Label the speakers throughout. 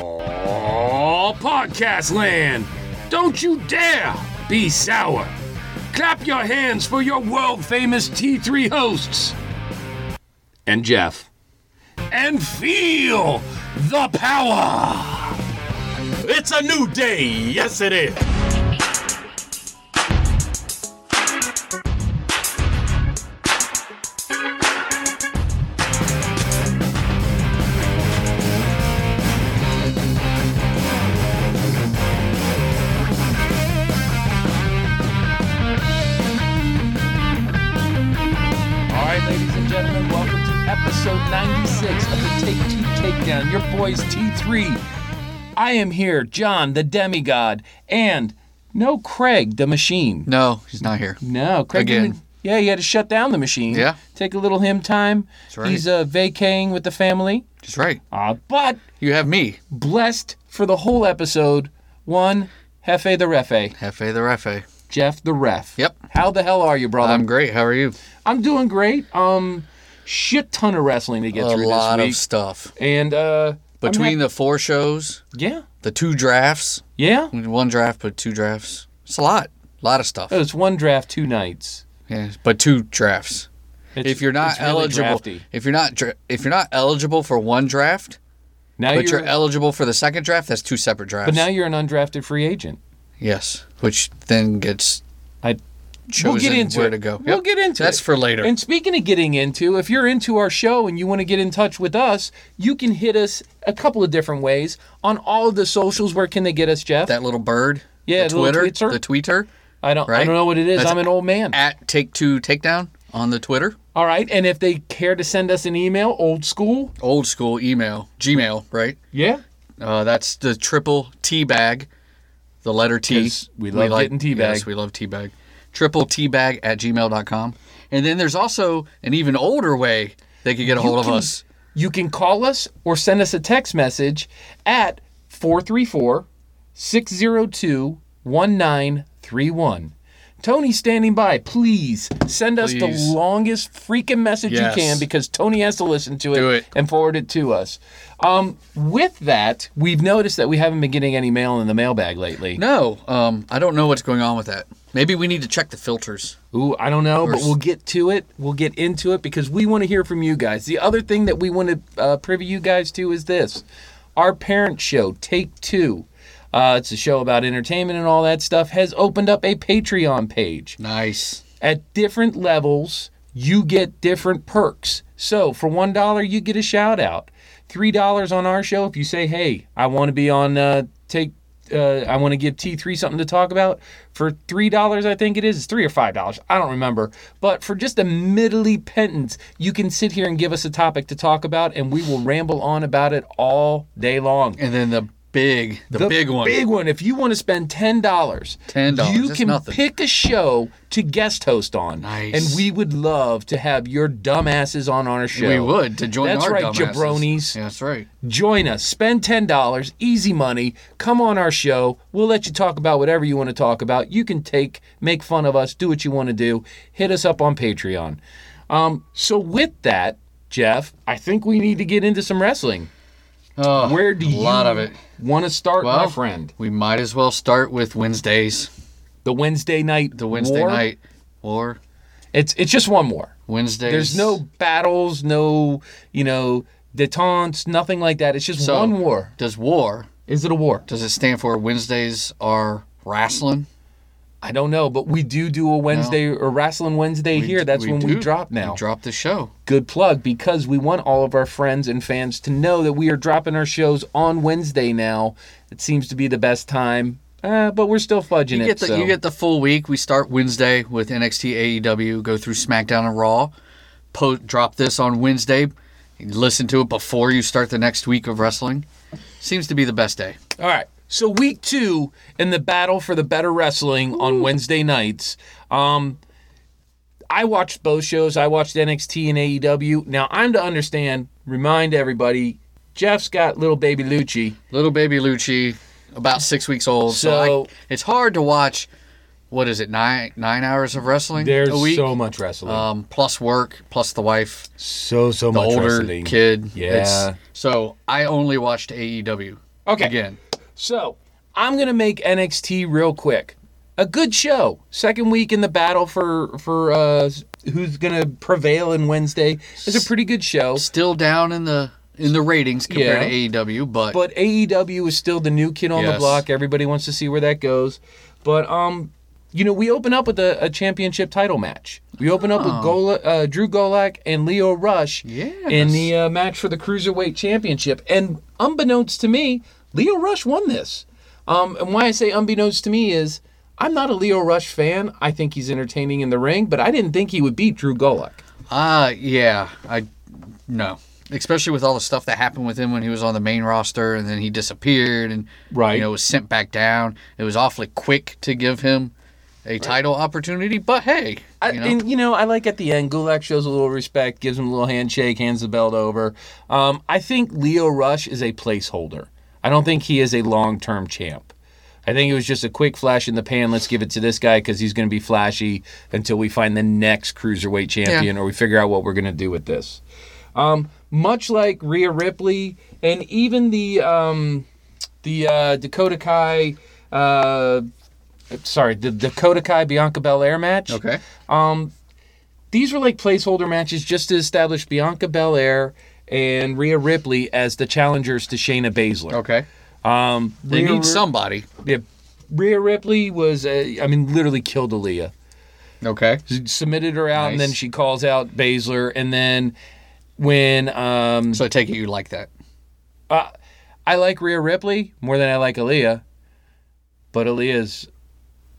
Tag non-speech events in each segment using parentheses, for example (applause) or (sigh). Speaker 1: Oh, podcast land! Don't you dare be sour! Clap your hands for your world famous T3 hosts! And Jeff. And feel the power!
Speaker 2: It's a new day. Yes, it is.
Speaker 1: All right, ladies and gentlemen, welcome to episode 96 of the Take Two Takedown. Your boys T3. I am here, John, the demigod, and no Craig, the machine.
Speaker 3: No, he's not here.
Speaker 1: No, Craig.
Speaker 3: Again.
Speaker 1: didn't- Yeah, he had to shut down the machine.
Speaker 3: Yeah.
Speaker 1: Take a little him time.
Speaker 3: That's right.
Speaker 1: He's uh, vacaying with the family.
Speaker 3: That's right.
Speaker 1: Uh, but
Speaker 3: You have me.
Speaker 1: blessed for the whole episode, one, Hefe the Refe,
Speaker 3: Hefe the Refe.
Speaker 1: Jeff the Ref.
Speaker 3: Yep.
Speaker 1: How the hell are you, brother?
Speaker 3: I'm great. How are you?
Speaker 1: I'm doing great. Um, shit ton of wrestling to get
Speaker 3: a
Speaker 1: through
Speaker 3: lot
Speaker 1: this week,
Speaker 3: of stuff.
Speaker 1: and uh, I'm
Speaker 3: Between
Speaker 1: hap-
Speaker 3: the four shows,
Speaker 1: yeah,
Speaker 3: the two drafts,
Speaker 1: yeah.
Speaker 3: one draft, but two drafts. It's a lot. A lot of stuff.
Speaker 1: Oh, It's one draft, two nights.
Speaker 3: Yeah, but two drafts.
Speaker 1: It's-
Speaker 3: If you're not
Speaker 1: it's really
Speaker 3: eligible,
Speaker 1: drafty.
Speaker 3: if you're not dra- if you're not eligible for one draft,
Speaker 1: now
Speaker 3: but
Speaker 1: you're,
Speaker 3: you're eligible for the second draft, that's two separate drafts.
Speaker 1: but now you're an undrafted free agent.
Speaker 3: yes, which then gets
Speaker 1: I
Speaker 3: chosen
Speaker 1: we'll get into
Speaker 3: where
Speaker 1: it.
Speaker 3: to go.
Speaker 1: We'll
Speaker 3: Yep.
Speaker 1: get into
Speaker 3: That's
Speaker 1: it.
Speaker 3: for later.
Speaker 1: And speaking of getting into, if you're into our show and you want to get in touch with us, you can hit us a couple of different ways on all of the socials. Where can they get us, Jeff?
Speaker 3: that little bird,
Speaker 1: Yeah,
Speaker 3: the
Speaker 1: the little
Speaker 3: Twitter,
Speaker 1: tweetser.
Speaker 3: the tweeter.
Speaker 1: I don't. I
Speaker 3: right?
Speaker 1: don't know what it is.
Speaker 3: That's-
Speaker 1: I'm an old man.
Speaker 3: at Take Two Takedown on the Twitter.
Speaker 1: All right. And if they care to send us an email, old school.
Speaker 3: Old school email, Gmail, right?
Speaker 1: Yeah.
Speaker 3: Uh, that's the triple T bag, the letter T.
Speaker 1: 'Cause we love getting teabag.
Speaker 3: Yes, we love T bag. Triple T bag at gmail.com. And then there's also an even older way they could get a hold of
Speaker 1: can-
Speaker 3: us.
Speaker 1: You can call us or send us a text message at 434 602 1931. Tony's standing by. Please send us
Speaker 3: Please.
Speaker 1: the longest freaking message
Speaker 3: Yes.
Speaker 1: you can because Tony has to listen to it,
Speaker 3: Do it.
Speaker 1: and forward it to us. Um, with that, we've noticed that we haven't been getting any mail in the mailbag lately.
Speaker 3: No, um, I don't know what's going on with that. Maybe we need to check the filters.
Speaker 1: Ooh, I don't know, but
Speaker 3: s-
Speaker 1: we'll get to it. We'll get into it because we want to hear from you guys. The other thing that we want to uh, privy you guys to is this our parent show, Take Two. Uh, it's a show about entertainment and all that stuff. Has opened up a Patreon page
Speaker 3: Nice.
Speaker 1: at different levels, you get different perks. So for one dollar, you get a shout out. Three dollars on our show if you say, "Hey, I want to be on uh, take." Uh, I want to give T3 something to talk about for three dollars. I think it is. It's three or five dollars. I don't remember. But for just a middly pittance, you can sit here and give us a topic to talk about, and we will ramble on about it all day long.
Speaker 3: And then the big, the, big one.
Speaker 1: Big one. If you want to spend ten dollars,
Speaker 3: $10,
Speaker 1: you
Speaker 3: that's
Speaker 1: can
Speaker 3: nothing.
Speaker 1: pick a show to guest host on.
Speaker 3: Nice.
Speaker 1: And we would love to have your dumbasses on our show.
Speaker 3: we would to join
Speaker 1: That's
Speaker 3: our
Speaker 1: right,
Speaker 3: dumbasses.
Speaker 1: jabronis.
Speaker 3: Yeah, that's right.
Speaker 1: Join us. Spend ten dollars, easy money. Come on our show. We'll let you talk about whatever you want to talk about. You can take, make fun of us, do what you want to do. Hit us up on Patreon. Um, so with that, Jeff, I think we need to get into some wrestling.
Speaker 3: Oh,
Speaker 1: Where do
Speaker 3: a
Speaker 1: you
Speaker 3: lot of it?
Speaker 1: want to start,
Speaker 3: Well,
Speaker 1: my friend?
Speaker 3: We might as well start with Wednesdays.
Speaker 1: The Wednesday night.
Speaker 3: The Wednesday
Speaker 1: war?
Speaker 3: night or
Speaker 1: It's it's just one more.
Speaker 3: Wednesdays.
Speaker 1: There's no battles, no, you know, detentes, nothing like that. It's just
Speaker 3: So-
Speaker 1: one war.
Speaker 3: Does war?
Speaker 1: Is it a war?
Speaker 3: Does it stand for Wednesdays are wrestling?
Speaker 1: I don't know, but we do do a Wednesday or wrestling Wednesday here. That's when we
Speaker 3: do.
Speaker 1: drop now.
Speaker 3: We drop the show.
Speaker 1: Good plug because we want all of our friends and fans to know that we are dropping our shows on Wednesday now. It seems to be the best time, uh, but we're still fudging
Speaker 3: You
Speaker 1: it.
Speaker 3: get the
Speaker 1: so.
Speaker 3: you get the full week. We start Wednesday with NXT, AEW, E go through SmackDown and Raw. Po- drop this on Wednesday. You Listen to it before you start the next week of wrestling. Seems to be the best day.
Speaker 1: All right. So week two in the battle for the better wrestling on Wednesday nights. Um, I watched both shows. I watched NXT and AEW. Now I'm to understand. Remind everybody, Jeff's got little baby Lucci.
Speaker 3: Little baby Lucci, about six weeks old. So,
Speaker 1: So-
Speaker 3: I, it's hard to watch what is it nine nine hours of wrestling
Speaker 1: There's
Speaker 3: a week,
Speaker 1: so much wrestling.
Speaker 3: um, plus work, plus the wife,
Speaker 1: so so
Speaker 3: the
Speaker 1: much
Speaker 3: older
Speaker 1: wrestling.
Speaker 3: kid.
Speaker 1: Yeah.
Speaker 3: so I only watched AEW.
Speaker 1: Okay.
Speaker 3: Again,
Speaker 1: So I'm gonna make NXT real quick. A good show. Second week in the battle for for uh, who's gonna prevail in Wednesday is a pretty good show.
Speaker 3: still down in the in the ratings compared
Speaker 1: Yeah.
Speaker 3: to AEW, but,
Speaker 1: But AEW is still the new kid on the
Speaker 3: Yes.
Speaker 1: block. Everybody wants to see where that goes. But um, you know, we open up with a, a championship title match. We open up with
Speaker 3: Ah.
Speaker 1: Gola, uh, Drew Golak and Leo Rush in
Speaker 3: Yes.
Speaker 1: the uh, match for the cruiserweight championship. And unbeknownst to me, Leo Rush won this. Um, and why I say unbeknownst to me is I'm not a Leo Rush fan. I think he's entertaining in the ring, but I didn't think he would beat Drew Golak.
Speaker 3: uh yeah, I no. Especially with all the stuff that happened with him when he was on the main roster and then he disappeared and
Speaker 1: Right.
Speaker 3: you know was sent back down. It was awfully quick to give him a title opportunity, but hey,
Speaker 1: I,
Speaker 3: you know,
Speaker 1: And you know, I like at the end, Gulak shows a little respect, gives him a little handshake, hands the belt over. Um, I think Leo Rush is a placeholder. I don't think he is a long-term champ. I think it was just a quick flash in the pan. Let's give it to this guy because he's going to be flashy until we find the next cruiserweight champion or we figure out what we're going to do with this. Um, much like Rhea Ripley and even the um, the uh, Dakota Kai, uh, sorry, the Dakota Kai Bianca Belair match
Speaker 3: okay.
Speaker 1: these were like placeholder matches just to establish Bianca Belair and Rhea Ripley as the challengers to Shayna Baszler.
Speaker 3: Okay.
Speaker 1: Um,
Speaker 3: They
Speaker 1: Rhea
Speaker 3: need
Speaker 1: Ri-
Speaker 3: somebody.
Speaker 1: Yeah, Rhea Ripley was, uh, I mean, literally killed Aaliyah.
Speaker 3: Okay.
Speaker 1: She submitted her out, and
Speaker 3: Nice.
Speaker 1: then she calls out Baszler, and then when um,
Speaker 3: So I take it you like that.
Speaker 1: I like Rhea Ripley more than I like Aaliyah, but Aaliyah's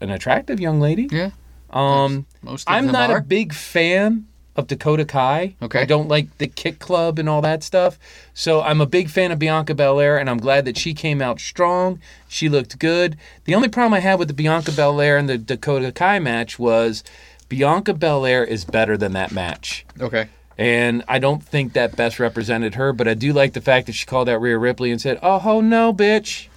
Speaker 1: an attractive young lady.
Speaker 3: Yeah.
Speaker 1: Um,
Speaker 3: Most of
Speaker 1: I'm
Speaker 3: them
Speaker 1: not
Speaker 3: are.
Speaker 1: a big fan of Dakota Kai.
Speaker 3: Okay.
Speaker 1: I don't like the Kick Club and all that stuff. So I'm a big fan of Bianca Belair, and I'm glad that she came out strong. She looked good. The only problem I had with the Bianca Belair and the Dakota Kai match was Bianca Belair is better than that match.
Speaker 3: okay.
Speaker 1: And I don't think that best represented her, but I do like the fact that she called out Rhea Ripley and said, Oh, ho, no,
Speaker 3: (laughs)
Speaker 1: bitch.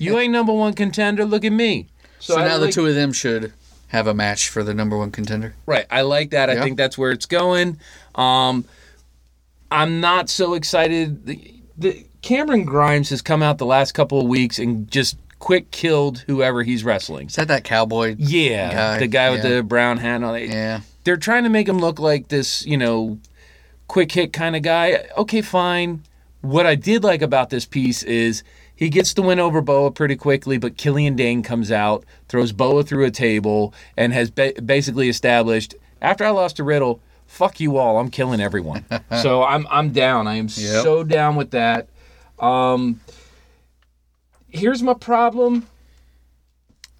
Speaker 1: you ain't number one contender. Look at me.
Speaker 3: So,
Speaker 1: I
Speaker 3: now the
Speaker 1: like-
Speaker 3: two of them should have a match for the number one contender.
Speaker 1: Right. I like that. I
Speaker 3: Yeah.
Speaker 1: think that's where it's going. Um, I'm not so excited. The, the Cameron Grimes has come out the last couple of weeks and just quick killed whoever he's wrestling.
Speaker 3: Is that that cowboy?
Speaker 1: Yeah,
Speaker 3: Guy,
Speaker 1: the guy with
Speaker 3: yeah.
Speaker 1: the brown hat. And all that.
Speaker 3: Yeah.
Speaker 1: They're trying to make him look like this, you know, quick hit kind of guy. Okay, fine. What I did like about this piece is he gets the win over Boa pretty quickly, but Killian Dane comes out, throws Boa through a table, and has ba- basically established after I lost to Riddle, fuck you all, I'm killing everyone. so I'm I'm down. I am
Speaker 3: Yep.
Speaker 1: so down with that. Um, here's my problem.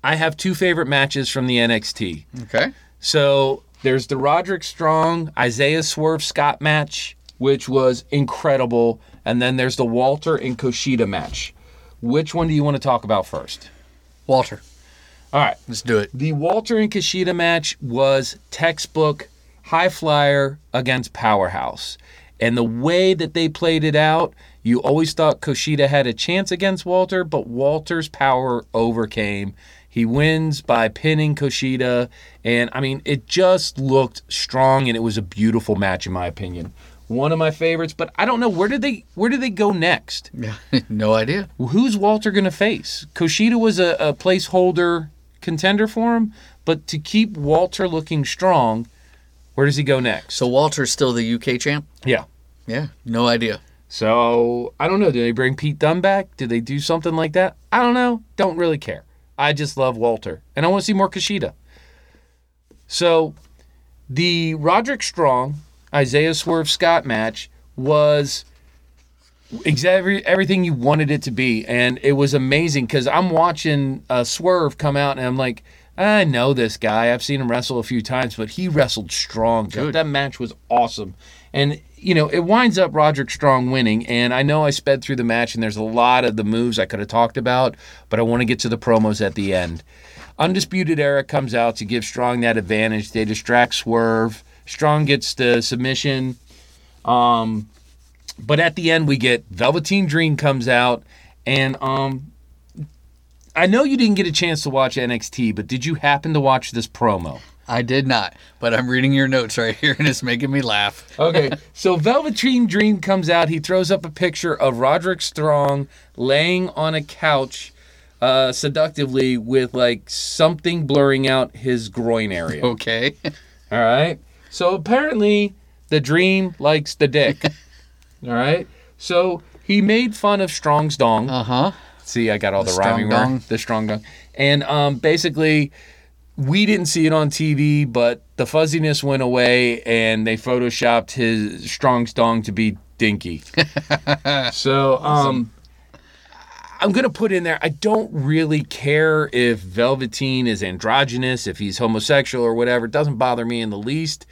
Speaker 1: I have two favorite matches from the NXT.
Speaker 3: Okay.
Speaker 1: So there's the Roderick Strong, Isaiah Swerve Scott match, which was incredible. And then there's the Walter and Kushida match. Which one do you want to talk about first?
Speaker 3: Walter,
Speaker 1: All right.
Speaker 3: let's do it. (laughs)
Speaker 1: The Walter and Kushida match was textbook high flyer against powerhouse. And the way that they played it out, you always thought Kushida had a chance against Walter, but Walter's power overcame. He wins by pinning Kushida. And I mean, it just looked strong and it was a beautiful match in my opinion. One of my favorites, but I don't know where did they where did they go next?
Speaker 3: no idea.
Speaker 1: who's Walter going to face? Kushida was a, a placeholder contender for him, but to keep Walter looking strong, where does he go next?
Speaker 3: So Walter's still the UK champ?
Speaker 1: Yeah.
Speaker 3: Yeah. No idea.
Speaker 1: So I don't know. Do they bring Pete Dunne back? Did they do something like that? I don't know. Don't really care. I just love Walter, and I want to see more Kushida. So the Roderick Strong Isaiah Swerve Scott match was exactly everything you wanted it to be, and it was amazing because I'm watching uh, Swerve come out, and I'm like, I know this guy. I've seen him wrestle a few times, but he wrestled strong. Jeff.
Speaker 3: Good.
Speaker 1: That match was awesome, and you know it winds up Roderick Strong winning. And I know I sped through the match, and there's a lot of the moves I could have talked about, but I want to get to the promos at the end. Undisputed Era comes out to give Strong that advantage. They distract Swerve. Strong gets the submission. But at the end, we get Velveteen Dream comes out, and um, I know you didn't get a chance to watch NXT, but did you happen to watch this promo?
Speaker 3: I did not, but I'm reading your notes right here and it's making me laugh.
Speaker 1: Okay, (laughs) so Velveteen Dream comes out. He throws up a picture of Roderick Strong laying on a couch, uh, seductively with like something blurring out his groin area. All
Speaker 3: Okay.
Speaker 1: right. So apparently, the Dream likes the dick. All right. So he made fun of Strong's dong.
Speaker 3: Uh huh.
Speaker 1: See, I got all the,
Speaker 3: strong
Speaker 1: rhyming
Speaker 3: dong.
Speaker 1: word. The strong dong. And um, basically, we didn't see it on TV, but the fuzziness went away, and they photoshopped his strong dong to be dinky. so um, I'm gonna put in there. I don't really care if Velveteen is androgynous, if he's homosexual or whatever. It doesn't bother me in the least.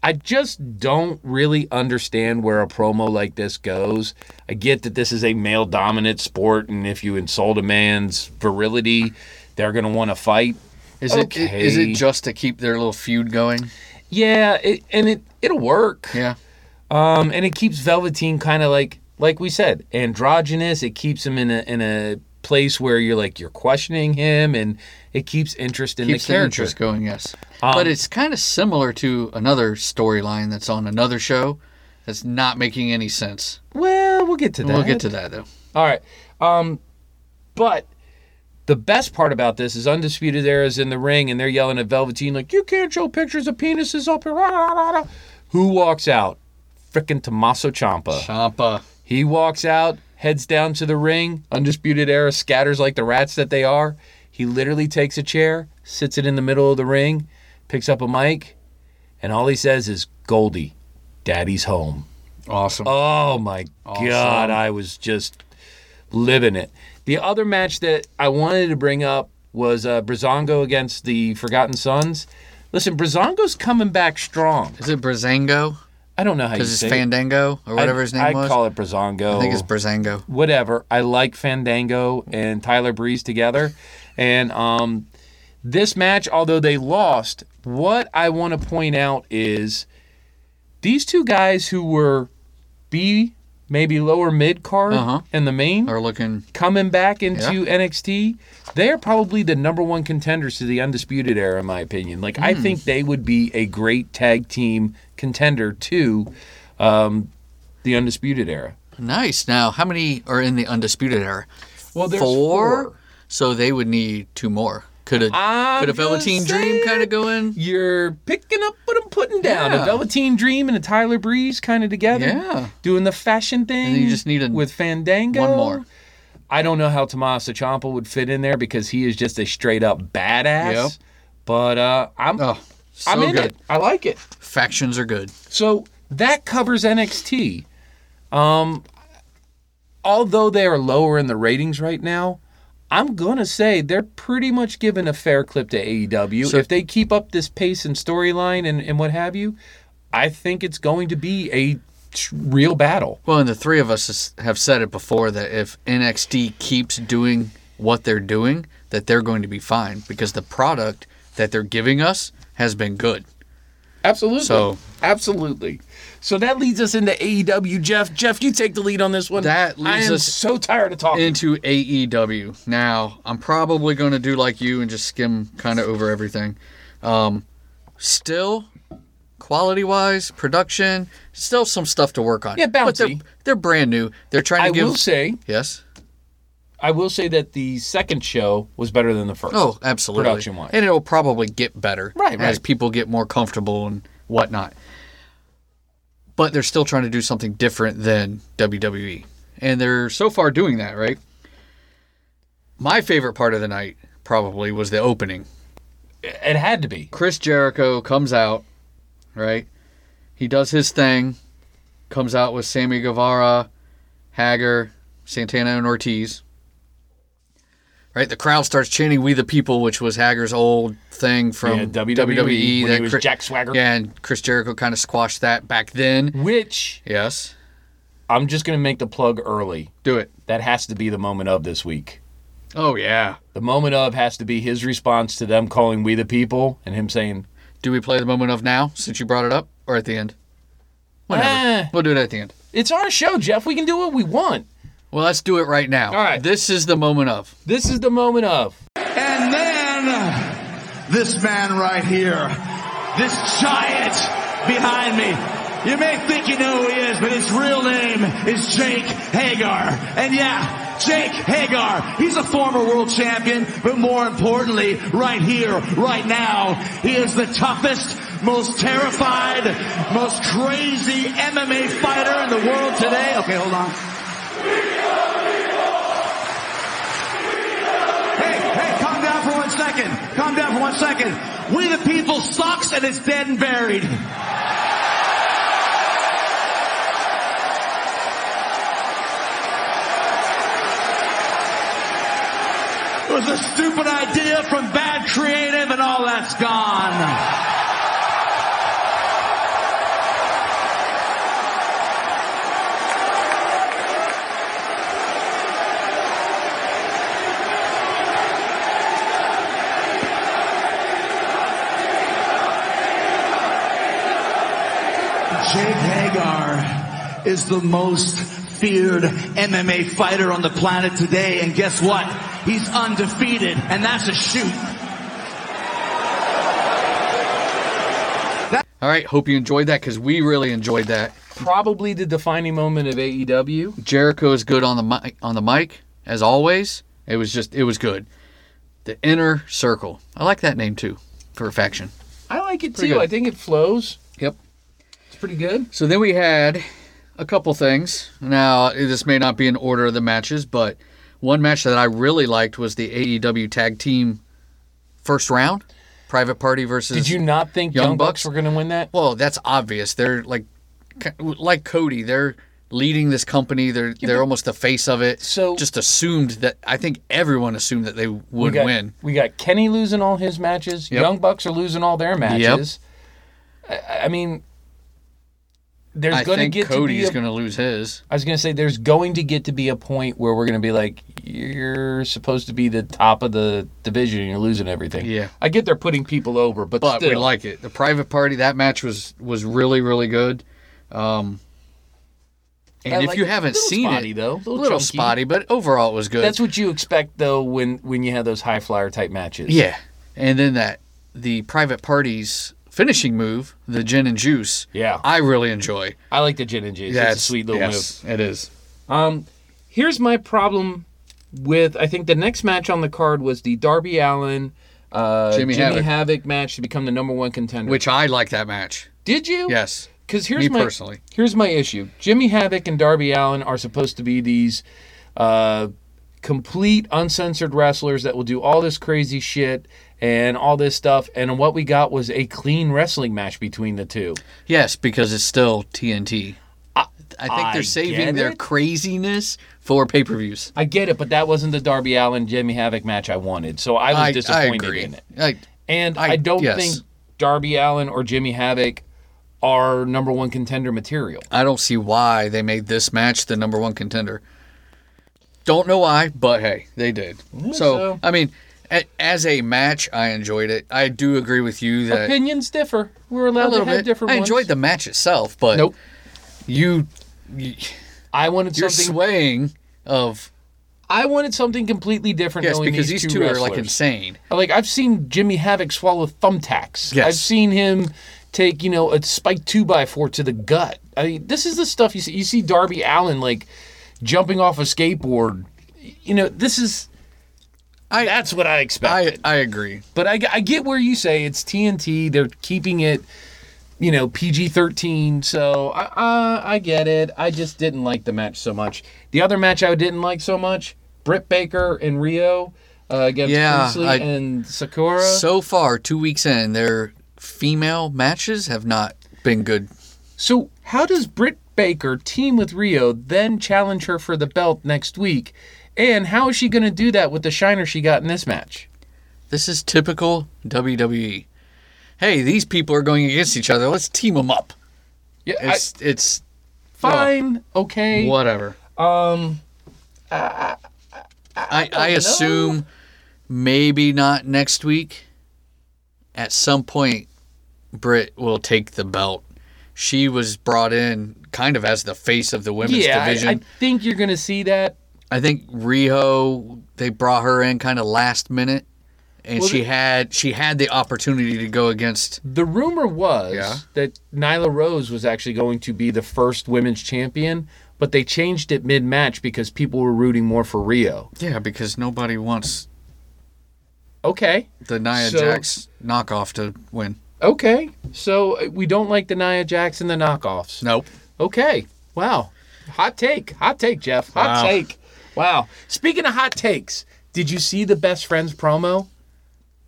Speaker 1: I just don't really understand where a promo like this goes. I get that this is a male dominant sport, and if you insult a man's virility, they're going to want to fight.
Speaker 3: Is it is
Speaker 1: Okay.
Speaker 3: it just to keep their little feud going?
Speaker 1: Yeah, it, and it it'll work.
Speaker 3: Yeah.
Speaker 1: Um, and it keeps Velveteen kind of like like we said, androgynous. It keeps him in a in a place where you're like you're questioning him, and it keeps interest in
Speaker 3: Keeps
Speaker 1: the
Speaker 3: their
Speaker 1: character. Um,
Speaker 3: interest going, yes. but it's kind of similar to another storyline that's on another show that's not making any sense.
Speaker 1: Well, we'll get to that.
Speaker 3: We'll get to that though.
Speaker 1: All right. Um, but the best part about this is Undisputed Era is in the ring and they're yelling at Velveteen, like, you can't show pictures of penises up here. (laughs) rah, rah, rah, rah." Who walks out? Frickin' Tommaso Ciampa.
Speaker 3: Champa.
Speaker 1: He walks out, heads down to the ring. Undisputed Era scatters like the rats that they are. He literally takes a chair, sits it in the middle of the ring, picks up a mic, and all he says is, Goldie, daddy's home.
Speaker 3: Awesome.
Speaker 1: Oh my god, I was just living it. The other match that I wanted to bring up was uh, Brazongo against the Forgotten Sons. Listen, Brazongo's comring back strong.
Speaker 3: Is it Brazango?
Speaker 1: I don't know how you
Speaker 3: Is
Speaker 1: say
Speaker 3: it
Speaker 1: it.
Speaker 3: Fandango or whatever
Speaker 1: I,
Speaker 3: his name
Speaker 1: I
Speaker 3: was?
Speaker 1: call it Brazongo.
Speaker 3: I think it's Brazango.
Speaker 1: whatever. I like Fandango and Tyler Breeze together, and um, this match, although they lost, what I want to point out is these two guys who were B, maybe lower mid card
Speaker 3: Uh-huh.
Speaker 1: and the main
Speaker 3: Or looking
Speaker 1: coming back into NXT, they are probably the number one contenders to the Undisputed Era, in my opinion. Like,
Speaker 3: Hmm.
Speaker 1: I think they would be a great tag team contender to um, the Undisputed Era.
Speaker 3: nice. Now, how many are in the undisputed era?
Speaker 1: Well,
Speaker 3: So they would need two more. Could a
Speaker 1: I'm
Speaker 3: could a Velveteen
Speaker 1: just
Speaker 3: Dream
Speaker 1: saying.
Speaker 3: kind of go in?
Speaker 1: You're picking up what I'm putting down.
Speaker 3: Yeah.
Speaker 1: A Velveteen Dream and a Tyler Breeze kind of together.
Speaker 3: Yeah.
Speaker 1: Doing the fashion thing.
Speaker 3: then you just need a-
Speaker 1: with Fandango.
Speaker 3: one more.
Speaker 1: I don't know how Tommaso Ciampa would fit in there because he is just a straight up badass.
Speaker 3: Yep.
Speaker 1: But uh, I'm
Speaker 3: Oh, so
Speaker 1: I'm in
Speaker 3: good.
Speaker 1: it. I like it.
Speaker 3: Factions are good.
Speaker 1: So that covers NXT. Um, although they are lower in the ratings right now, I'm gonna say they're pretty much giving a fair clip to AEW.
Speaker 3: So-
Speaker 1: if they keep up this pace and storyline and, and what have you, I think it's going to be a tr- real battle.
Speaker 3: Well, and the three of us has- have said it before that if NXT keeps doing what they're doing, that they're going to be fine because the product that they're giving us has been good.
Speaker 1: Absolutely.
Speaker 3: So-
Speaker 1: absolutely. So that leads us into AEW. Jeff, Jeff, you take the lead on this one.
Speaker 3: That
Speaker 1: I
Speaker 3: leads
Speaker 1: am
Speaker 3: us
Speaker 1: so tired of talking.
Speaker 3: into AEW. Now, I'm probably going to do like you and just skim kind of over everything. Um, still, quality wise, production, still some stuff to work on.
Speaker 1: Yeah,
Speaker 3: But they're,
Speaker 1: bouncy.
Speaker 3: they're brand new. They're trying to
Speaker 1: I
Speaker 3: give.
Speaker 1: will say,
Speaker 3: yes.
Speaker 1: I will say that the second show was better than the first.
Speaker 3: Oh, absolutely.
Speaker 1: Production-wise.
Speaker 3: And it'll probably get better
Speaker 1: Right,
Speaker 3: as
Speaker 1: right.
Speaker 3: people get more comfortable and whatnot. But they're still trying to do something different than WWE. And they're so far doing that, right? My favorite part of the night probably was the opening.
Speaker 1: It had to be.
Speaker 3: Chris Jericho comes out, right? He does his thing, comes out with Sammy Guevara, Hager, Santana, and Ortiz. Right, the crowd starts chanting "We the People," which was Hager's old thing from
Speaker 1: Yeah, WWE,
Speaker 3: WWE.
Speaker 1: when he was
Speaker 3: Chris-
Speaker 1: Jack Swagger.
Speaker 3: Yeah, and Chris Jericho kind of squashed that back then.
Speaker 1: Which
Speaker 3: Yes,
Speaker 1: I'm just going to make the plug early.
Speaker 3: do it.
Speaker 1: That has to be the moment of this week.
Speaker 3: Oh yeah.
Speaker 1: The moment of has to be his response to them calling we the people and him saying,
Speaker 3: Do we play the moment of now since you brought it up, or at the end? Whatever.
Speaker 1: Eh.
Speaker 3: We'll do it at the end.
Speaker 1: It's our show, Jeff. We can do what we want.
Speaker 3: Well, let's do it right now.
Speaker 1: All right.
Speaker 3: This is the moment of.
Speaker 1: This is the moment of.
Speaker 4: And then this man right here, this giant behind me. You may think you know who he is, but his real name is Jake Hagar. And yeah, Jake Hagar, he's a former world champion, but more importantly, right here, right now, he is the toughest, most terrified, most crazy MMA fighter in the world today. Okay, hold on. Hey, hey, calm down for one second. Calm down for one second. We the people sucks and it's dead and buried. It was a stupid idea from bad creative and all that's gone. Jake Hagar is the most feared MMA fighter on the planet today, and guess what? He's undefeated, and that's a shoot.
Speaker 3: All right. Hope you enjoyed that because we really enjoyed that.
Speaker 1: Probably the defining moment of E AEW.
Speaker 3: Jericho is good on the mic. On the mic, as always. It was just. It was good. The inner circle. I like that name too, for a faction.
Speaker 1: I like it
Speaker 3: Pretty
Speaker 1: too.
Speaker 3: good.
Speaker 1: I think it flows.
Speaker 3: Yep.
Speaker 1: It's pretty good.
Speaker 3: So then we had a couple things. Now, this may not be in order of the matches, but one match that I really liked was the AEW tag team first round, Private Party versus.
Speaker 1: Did you not think
Speaker 3: Young
Speaker 1: Young, Bucks,
Speaker 3: Bucks?
Speaker 1: were going to win that?
Speaker 3: Well, that's obvious. They're like, like Cody. They're leading this company. They're they're almost the face of it.
Speaker 1: So-
Speaker 3: just assumed that I think everyone assumed that they would
Speaker 1: got,
Speaker 3: win.
Speaker 1: We got Kenny losing all his matches.
Speaker 3: Yep.
Speaker 1: Young Bucks are losing all their matches. I, I mean, there's
Speaker 3: I
Speaker 1: going to
Speaker 3: think
Speaker 1: get
Speaker 3: Cody's
Speaker 1: to be. A,
Speaker 3: going to lose his.
Speaker 1: I was going to say there's going to get to be a point where we're going to be like, you're supposed to be the top of the division, and you're losing everything.
Speaker 3: Yeah.
Speaker 1: I get they're putting people over, but,
Speaker 3: but
Speaker 1: still,
Speaker 3: we like it. The private party that match was was really really good. Um, and
Speaker 1: I
Speaker 3: if
Speaker 1: like
Speaker 3: you
Speaker 1: it.
Speaker 3: haven't
Speaker 1: Little
Speaker 3: seen
Speaker 1: spotty,
Speaker 3: it,
Speaker 1: though. Little
Speaker 3: little
Speaker 1: chunky.
Speaker 3: spotty, but overall it was good.
Speaker 1: that's what you expect though when when you have those high flyer type matches.
Speaker 3: yeah. And then that the private party's finishing move, the gin and juice.
Speaker 1: Yeah.
Speaker 3: I really enjoy.
Speaker 1: I like the gin and juice. That's it's a sweet little move.
Speaker 3: yes, It is.
Speaker 1: here's my problem with I think the next match on the card was the Darby Allen uh,
Speaker 3: Jimmy
Speaker 1: Jimmy,
Speaker 3: Havoc.
Speaker 1: Havoc. match to become the number one contender.
Speaker 3: Which I like that match.
Speaker 1: did you?
Speaker 3: Yes.
Speaker 1: Because here's
Speaker 3: me
Speaker 1: my
Speaker 3: personally.
Speaker 1: here's my issue. Jimmy Havoc and Darby Allen are supposed to be these uh, complete uncensored wrestlers that will do all this crazy shit and all this stuff. And what we got was a clean wrestling match between the two.
Speaker 3: Yes, because it's still TNT. I think
Speaker 1: I
Speaker 3: they're
Speaker 1: get
Speaker 3: saving their
Speaker 1: it.
Speaker 3: craziness for pay per views.
Speaker 1: I get it, but that wasn't the Darby Allen Jimmy Havoc match I wanted. So I was
Speaker 3: I, I
Speaker 1: disappointed
Speaker 3: agree.
Speaker 1: in it.
Speaker 3: I-
Speaker 1: And
Speaker 3: I-
Speaker 1: I, don't
Speaker 3: yes.
Speaker 1: think Darby Allen or Jimmy Havoc are number one contender material.
Speaker 3: I don't see why they made this match the number one contender. Don't know why, but hey, they did. So,
Speaker 1: Mm, so-
Speaker 3: I mean, a, as a match, I enjoyed it. I do agree with you that
Speaker 1: Opinions differ. We're allowed
Speaker 3: Uh, a little
Speaker 1: to have
Speaker 3: bit.
Speaker 1: different
Speaker 3: I
Speaker 1: ones.
Speaker 3: enjoyed the match itself, but
Speaker 1: Nope.
Speaker 3: you you-
Speaker 1: I wanted
Speaker 3: you're
Speaker 1: something.
Speaker 3: swaying of
Speaker 1: I wanted something completely different.
Speaker 3: yes
Speaker 1: knowing
Speaker 3: because
Speaker 1: these
Speaker 3: these
Speaker 1: two,
Speaker 3: two are like
Speaker 1: wrestlers.
Speaker 3: insane.
Speaker 1: Like I've seen Jimmy Havoc swallow thumbtacks.
Speaker 3: Yes.
Speaker 1: I've seen him take you know a spiked two by four to the gut. I mean, this is the stuff you see. You see Darby Allen like jumping off a skateboard. You know, this is.
Speaker 3: I-
Speaker 1: that's what I expected.
Speaker 3: I I agree.
Speaker 1: But I, I get where you say it's TNT. They're keeping it, you know, PG 13. So I, I, I get it. I just didn't like the match so much. The other match I didn't like so much Britt Baker and Rio uh, against
Speaker 3: Yeah,
Speaker 1: Priestley
Speaker 3: I-
Speaker 1: and Sakura. So,
Speaker 3: So far, two weeks in, their female matches have not been good.
Speaker 1: how does Britt Baker team with Rio, then challenge her for the belt next week? And how is she going to do that with the shiner she got in this match?
Speaker 3: This is typical WWE. Hey, these people are going against each other. Let's team them up.
Speaker 1: Yeah, I-
Speaker 3: It's uh, it's
Speaker 1: fine, okay.
Speaker 3: whatever. Um, I I, assume maybe not next week. At some point, Britt will take the belt. she was brought in kind of as the face of the women's
Speaker 1: yeah, I,
Speaker 3: division.
Speaker 1: I think you're going to see that.
Speaker 3: I think Riho they brought her in kind of last minute, and
Speaker 1: Well,
Speaker 3: she
Speaker 1: the-
Speaker 3: had she had the opportunity to go against.
Speaker 1: The rumor was
Speaker 3: Yeah.
Speaker 1: that Nyla Rose was actually going to be the first women's champion, but they changed it mid match because people were rooting more for Rio.
Speaker 3: Yeah, because nobody wants
Speaker 1: Okay.
Speaker 3: the Nia
Speaker 1: So-
Speaker 3: Jax knockoff to win.
Speaker 1: Okay. So uh, we don't like the Nia Jackson, the knockoffs.
Speaker 3: Nope.
Speaker 1: Okay. Wow. Hot take. Hot take, Jeff. Hot
Speaker 3: Wow.
Speaker 1: take. Wow. Speaking of hot takes, did you see the best friends promo?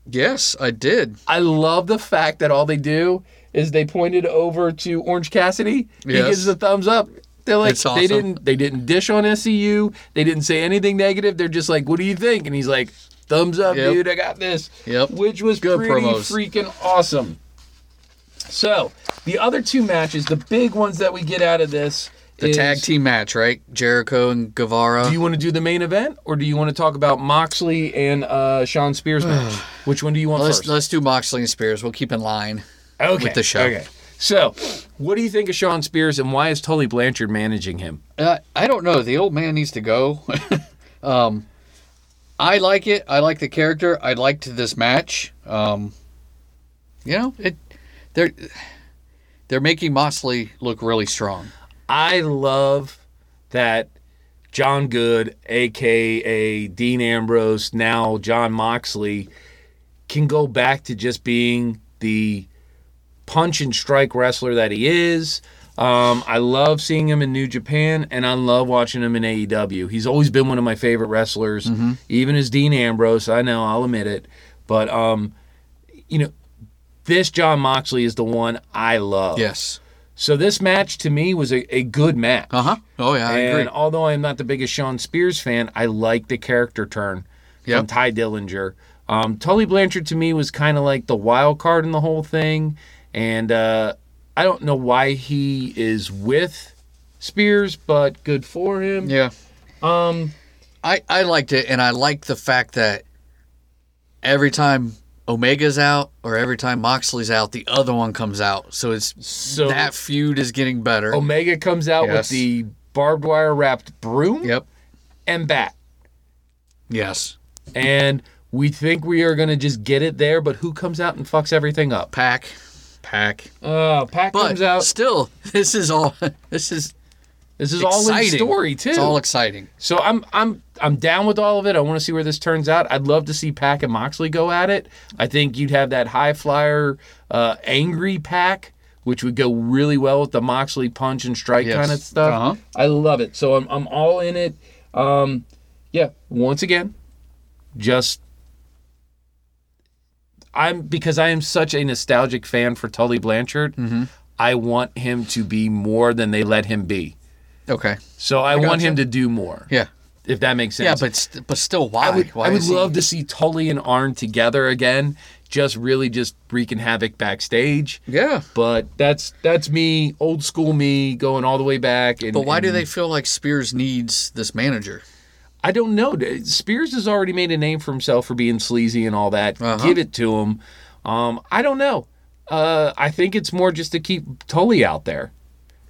Speaker 3: Yes, I did.
Speaker 1: I love the fact that all they do is they pointed over to Orange Cassidy. He
Speaker 3: Yes.
Speaker 1: gives a thumbs up. They're like
Speaker 3: It's
Speaker 1: they
Speaker 3: awesome.
Speaker 1: didn't they didn't dish on SEU. They didn't say anything negative. They're just like, "What do you think?" And he's like, "Thumbs up,
Speaker 3: Yep.
Speaker 1: dude. I got this."
Speaker 3: Yep.
Speaker 1: Which was
Speaker 3: Good
Speaker 1: pretty
Speaker 3: promos.
Speaker 1: freaking awesome. So, the other two matches, the big ones that we get out of this
Speaker 3: The
Speaker 1: is,
Speaker 3: tag team match, right? Jericho and Guevara.
Speaker 1: do you want to do the main event, or do you want to talk about Moxley and uh, Sean
Speaker 3: (sighs)
Speaker 1: Spears match? Which one do you want
Speaker 3: let's
Speaker 1: 1st
Speaker 3: let's do Moxley and Spears. We'll keep in line.
Speaker 1: okay.
Speaker 3: with the show.
Speaker 1: Okay. So, what do you think of Sean Spears, and why is Tully Blanchard managing him?
Speaker 3: Uh, I don't know. The old man needs to go. (laughs) um, I like it. I like the character. I liked this match. Um, you know, it. They're they're making Moxley look really strong.
Speaker 1: I love that John Good, aka Dean Ambrose, now John Moxley, can go back to just being the punch and strike wrestler that he is. Um, I love seeing him in New Japan, and I love watching him in AEW. He's always been one of my favorite wrestlers, even as Dean Ambrose. I know I'll admit it, but um, you know, this John Moxley is the one I love.
Speaker 3: Yes.
Speaker 1: So this match to me was a, a good match.
Speaker 3: Uh huh. Oh yeah, I
Speaker 1: and
Speaker 3: agree.
Speaker 1: although I'm not the biggest Sean Spears fan, I like the character turn from
Speaker 3: Yep.
Speaker 1: Ty Dillinger. Um, Tully Blanchard to me was kind of like the wild card in the whole thing, and uh, I don't know why he is with Spears, but good for him.
Speaker 3: Yeah. Um, I I liked it, and I liked the fact that every time Omega's out or every time Moxley's out, the other one comes out. So it's
Speaker 1: So
Speaker 3: that feud is getting better.
Speaker 1: Omega comes out with
Speaker 3: Yes.
Speaker 1: the barbed wire wrapped broom
Speaker 3: yep.
Speaker 1: and bat.
Speaker 3: Yes.
Speaker 1: and we think we are going to just get it there, but who comes out and fucks everything up?
Speaker 3: Pack. Pack.
Speaker 1: Uh, Pac
Speaker 3: But
Speaker 1: comes out.
Speaker 3: still, (laughs) this is all. This is
Speaker 1: This is all in
Speaker 3: exciting.
Speaker 1: story too.
Speaker 3: It's all exciting.
Speaker 1: so I'm I'm I'm down with all of it. I want to see where this turns out. I'd love to see Pack and Moxley go at it. I think you'd have that high flyer, uh, angry Pack, which would go really well with the Moxley punch and strike
Speaker 3: Yes.
Speaker 1: kind of stuff.
Speaker 3: Uh-huh.
Speaker 1: I love it. So I'm I'm all in it. Um, yeah. Once again, just I'm because I am such a nostalgic fan for Tully Blanchard.
Speaker 3: Mm-hmm.
Speaker 1: I want him to be more than they let him be.
Speaker 3: Okay.
Speaker 1: So I, want
Speaker 3: gotcha.
Speaker 1: him to do more.
Speaker 3: Yeah.
Speaker 1: If that makes sense.
Speaker 3: Yeah, but st- but still, why?
Speaker 1: I would,
Speaker 3: why
Speaker 1: I would
Speaker 3: is he-
Speaker 1: love to see Tully and Arn together again, just really just wreaking havoc backstage.
Speaker 3: Yeah.
Speaker 1: But that's that's me, old school me, going all the way back. And,
Speaker 3: But why
Speaker 1: and
Speaker 3: do they feel like Spears needs this manager?
Speaker 1: I don't know. Spears has already made a name for himself for being sleazy and all that.
Speaker 3: Uh-huh.
Speaker 1: Give it to him. Um, I don't know. Uh, I think it's more just to keep Tully out there.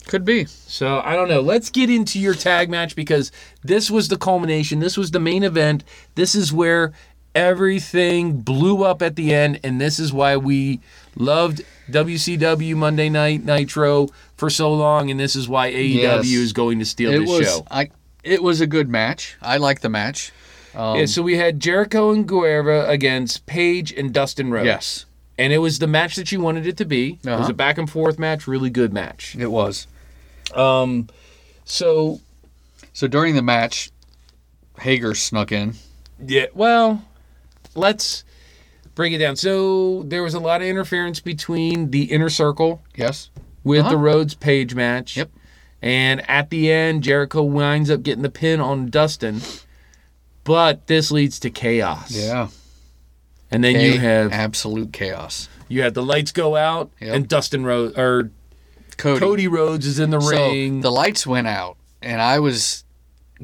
Speaker 3: Could be.
Speaker 1: So I don't know. Let's get into your tag match because this was the culmination. This was the main event. This is where everything blew up at the end, and this is why we loved WCW Monday Night Nitro for so long, and this is why AEW
Speaker 3: Yes.
Speaker 1: is going to steal
Speaker 3: It
Speaker 1: this
Speaker 3: was.
Speaker 1: show.
Speaker 3: I. It was a good match. I like the match. um,
Speaker 1: yeah, so we had Jericho and Guerra against Paige and Dustin Rhodes.
Speaker 3: Yes.
Speaker 1: And it was the match that you wanted it to be. It was
Speaker 3: Uh-huh.
Speaker 1: a back and forth match, really good match.
Speaker 3: It was.
Speaker 1: Um, so
Speaker 3: So during the match, Hager snuck in.
Speaker 1: Yeah. Well, let's break it down. So there was a lot of interference between the inner circle
Speaker 3: Yes.
Speaker 1: with
Speaker 3: Uh-huh.
Speaker 1: the Rhodes Page match.
Speaker 3: Yep.
Speaker 1: And at the end, Jericho winds up getting the pin on Dustin, but this leads to chaos. And then you
Speaker 3: A-
Speaker 1: have
Speaker 3: absolute chaos.
Speaker 1: you have the lights go out
Speaker 3: Yep.
Speaker 1: and Dustin Rhodes or
Speaker 3: Cody.
Speaker 1: Cody Rhodes is in the
Speaker 3: So
Speaker 1: ring.
Speaker 3: the lights went out, and I was,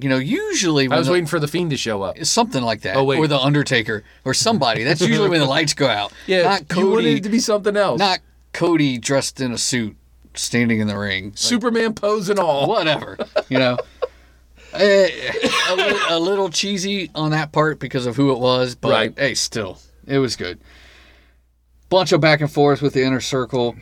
Speaker 3: you know, usually when
Speaker 1: I was
Speaker 3: the-
Speaker 1: waiting for the Fiend to show up.
Speaker 3: something like that,
Speaker 1: Oh, wait.
Speaker 3: or the Undertaker, or somebody. That's usually when the lights go out.
Speaker 1: (laughs) Yeah,
Speaker 3: not
Speaker 1: you wanted it
Speaker 3: Cody.
Speaker 1: to be something else.
Speaker 3: Not Cody dressed in a suit. standing in the ring.
Speaker 1: Superman pose and all.
Speaker 3: whatever you know (laughs) Eh, a, li- a little cheesy on that part because of who it was but
Speaker 1: Right.
Speaker 3: hey still it was good bunch of back and forth with the inner circle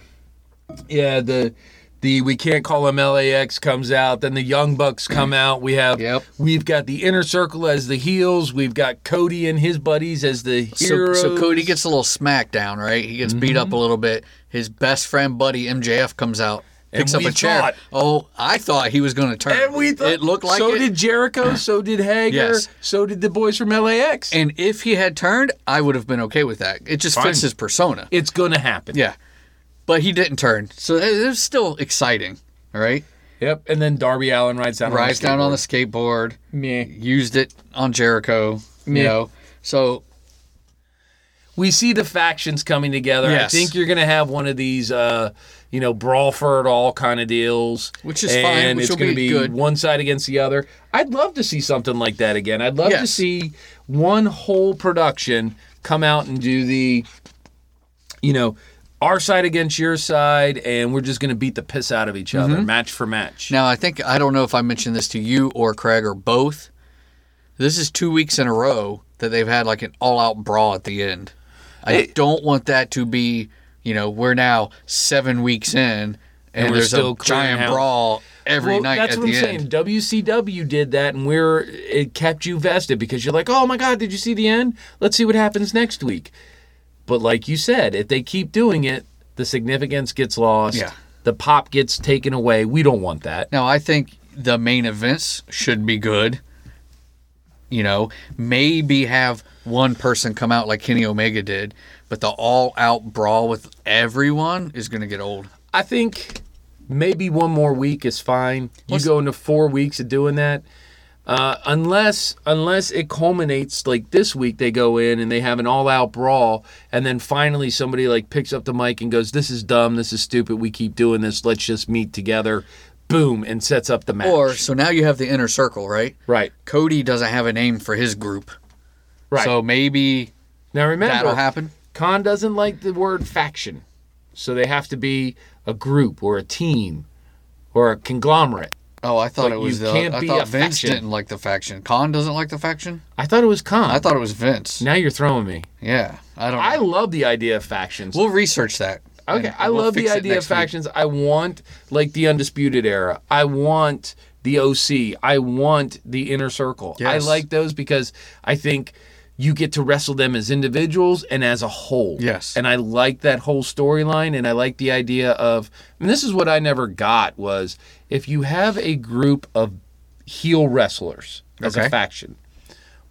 Speaker 1: Yeah, the the we can't call him LAX comes out. Then the Young Bucks come out. We have
Speaker 3: Yep.
Speaker 1: we've got the inner circle as the heels. We've got Cody and his buddies as the
Speaker 3: so,
Speaker 1: heroes. Mm-hmm.
Speaker 3: so cody gets a little smacked down right he gets beat up a little bit his best friend buddy mjf comes out
Speaker 1: And
Speaker 3: picks
Speaker 1: we
Speaker 3: up a chair
Speaker 1: thought-
Speaker 3: oh i thought he was going to turn
Speaker 1: And we thought,
Speaker 3: it looked like
Speaker 1: so
Speaker 3: it
Speaker 1: did Jericho, so did Hager,
Speaker 3: Yes.
Speaker 1: so did the boys from LAX.
Speaker 3: and if he had turned i would have been okay with that it just fits
Speaker 1: Fine.
Speaker 3: his persona
Speaker 1: it's gonna happen.
Speaker 3: yeah but he didn't turn so it it was still exciting all right
Speaker 1: Yep. And then Darby Allen rides down.
Speaker 3: rides down on the
Speaker 1: skateboard.
Speaker 3: skateboard,
Speaker 1: Meh.
Speaker 3: used it on Jericho, you
Speaker 1: Yeah.
Speaker 3: know. So
Speaker 1: we see the factions coming together.
Speaker 3: Yes.
Speaker 1: I think you're going to have one of these, uh, you know, brawl for it all kind of deals,
Speaker 3: Which is
Speaker 1: and
Speaker 3: fine, which
Speaker 1: it's
Speaker 3: will
Speaker 1: gonna be
Speaker 3: be good.
Speaker 1: one side against the other. I'd love to see something like that again. I'd love to
Speaker 3: Yes.
Speaker 1: see one whole production come out and do the, you know, our side against your side, and we're just going to beat the piss out of each
Speaker 3: Mm-hmm.
Speaker 1: other, match for match.
Speaker 3: now I think I don't know if I mentioned this to you or Craig or both. This is two weeks in a row that they've had like an all out brawl at the end. I don't want that to be, you know, we're now seven weeks in and,
Speaker 1: we're
Speaker 3: there's
Speaker 1: still
Speaker 3: a giant
Speaker 1: clearing house.
Speaker 3: brawl every
Speaker 1: well,
Speaker 3: night
Speaker 1: that's
Speaker 3: at
Speaker 1: what
Speaker 3: the
Speaker 1: I'm
Speaker 3: end.
Speaker 1: saying. WCW did that, and we're it kept you vested because you're like, oh my god, did you see the end? Let's see what happens next week. But like you said, if they keep doing it, the significance gets lost.
Speaker 3: Yeah.
Speaker 1: The pop gets taken away. We don't want that.
Speaker 3: Now, I think the main events should be good. You know, maybe have one person come out like Kenny Omega did, but the all out brawl with everyone is going to get old.
Speaker 1: I think maybe one more week is fine. You go into four weeks of doing that, uh, unless unless it culminates like this week. They go in and they have an all-out brawl, and then finally somebody like picks up the mic and goes, "This is dumb. This is stupid. We keep doing this. Let's just meet together." Boom, and sets up the match.
Speaker 3: Or, so now you have the inner circle, right?
Speaker 1: right,
Speaker 3: Cody doesn't have a name for his group.
Speaker 1: right.
Speaker 3: So maybe
Speaker 1: now remember,
Speaker 3: that'll happen.
Speaker 1: Khan doesn't like the word faction, so they have to be a group or a team or a conglomerate.
Speaker 3: Oh, I thought
Speaker 1: Like,
Speaker 3: it was
Speaker 1: you
Speaker 3: the.
Speaker 1: can't
Speaker 3: I
Speaker 1: be
Speaker 3: thought
Speaker 1: a
Speaker 3: Vince
Speaker 1: faction.
Speaker 3: didn't like the faction. Khan doesn't like the faction?
Speaker 1: I thought it was Khan.
Speaker 3: I thought it was Vince.
Speaker 1: now you're throwing me.
Speaker 3: Yeah. I don't
Speaker 1: I
Speaker 3: know.
Speaker 1: love the idea of factions.
Speaker 3: We'll research that.
Speaker 1: okay,
Speaker 3: and
Speaker 1: I
Speaker 3: we'll
Speaker 1: love the
Speaker 3: fix it
Speaker 1: idea of
Speaker 3: next week.
Speaker 1: factions. I want like the Undisputed Era. I want the OC. I want the Inner Circle. I
Speaker 3: Yes.
Speaker 1: like those because I think you get to wrestle them as individuals and as a whole.
Speaker 3: Yes.
Speaker 1: And I like that whole storyline and I like the idea of and this is what I never got was if you have a group of heel wrestlers as
Speaker 3: Okay.
Speaker 1: a faction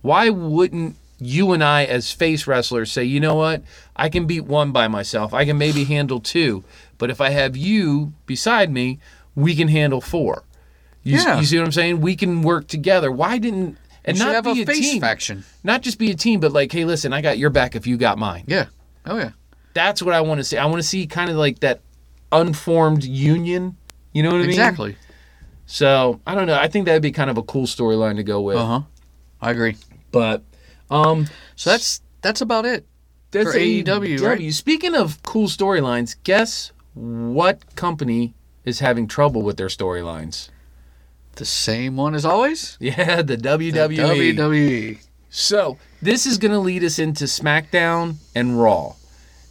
Speaker 1: why wouldn't you and I, as face wrestlers, say, you know what? I can beat one by myself. I can maybe handle two. But if I have you beside me, we can handle four. You,
Speaker 3: Yeah.
Speaker 1: you see what I'm saying? We can work together. Why didn't and
Speaker 3: We should
Speaker 1: not
Speaker 3: have
Speaker 1: be
Speaker 3: a face
Speaker 1: team?
Speaker 3: faction.
Speaker 1: Not just be a team, but like, hey, listen, I got your back if you got mine.
Speaker 3: Yeah. Oh, yeah.
Speaker 1: That's what I want to see. I want to see kind of like that unformed union. You know what I mean?
Speaker 3: Exactly.
Speaker 1: So I don't know. I think that'd be kind of a cool storyline to go with.
Speaker 3: Uh huh. I agree.
Speaker 1: But um,
Speaker 3: So that's that's about it.
Speaker 1: That's
Speaker 3: For AEW, right?
Speaker 1: AEW. Speaking of cool storylines, guess what company is having trouble with their storylines? (laughs)
Speaker 3: The same one as always.
Speaker 1: Yeah, the
Speaker 3: The E.
Speaker 1: WWE.
Speaker 3: WWE.
Speaker 1: So this is going to lead us into SmackDown and Raw.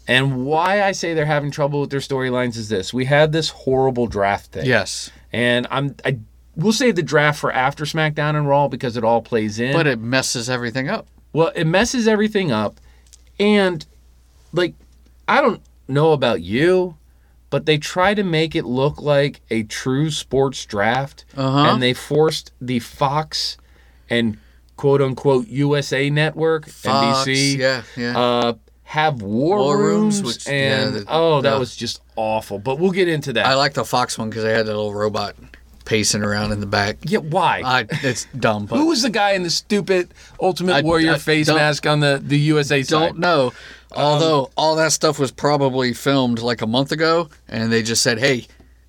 Speaker 1: And why I say they're having trouble with their storylines is this: we had this horrible draft thing.
Speaker 3: Yes,
Speaker 1: and I'm I we'll save the draft for after SmackDown and Raw because it all plays in.
Speaker 3: but it messes everything up.
Speaker 1: Well, it messes everything up. And like I don't know about you, but they try to make it look like a true sports draft
Speaker 3: Uh-huh.
Speaker 1: and they forced the Fox and quote unquote USA network,
Speaker 3: Fox,
Speaker 1: NBC
Speaker 3: Yeah, yeah.
Speaker 1: uh have war,
Speaker 3: War
Speaker 1: rooms,
Speaker 3: rooms, which-
Speaker 1: and
Speaker 3: yeah, the-
Speaker 1: oh that
Speaker 3: yeah.
Speaker 1: was just awful. But we'll get into that.
Speaker 3: I like the Fox one because they had that little robot pacing around in the back.
Speaker 1: yeah, why?
Speaker 3: I, it's dumb, but
Speaker 1: Who was the guy in the stupid Ultimate
Speaker 3: I-
Speaker 1: Warrior
Speaker 3: I
Speaker 1: face
Speaker 3: don't-
Speaker 1: mask on the, the USA side?
Speaker 3: don't know. Although all that stuff was probably filmed like a month ago, and they just said, "Hey,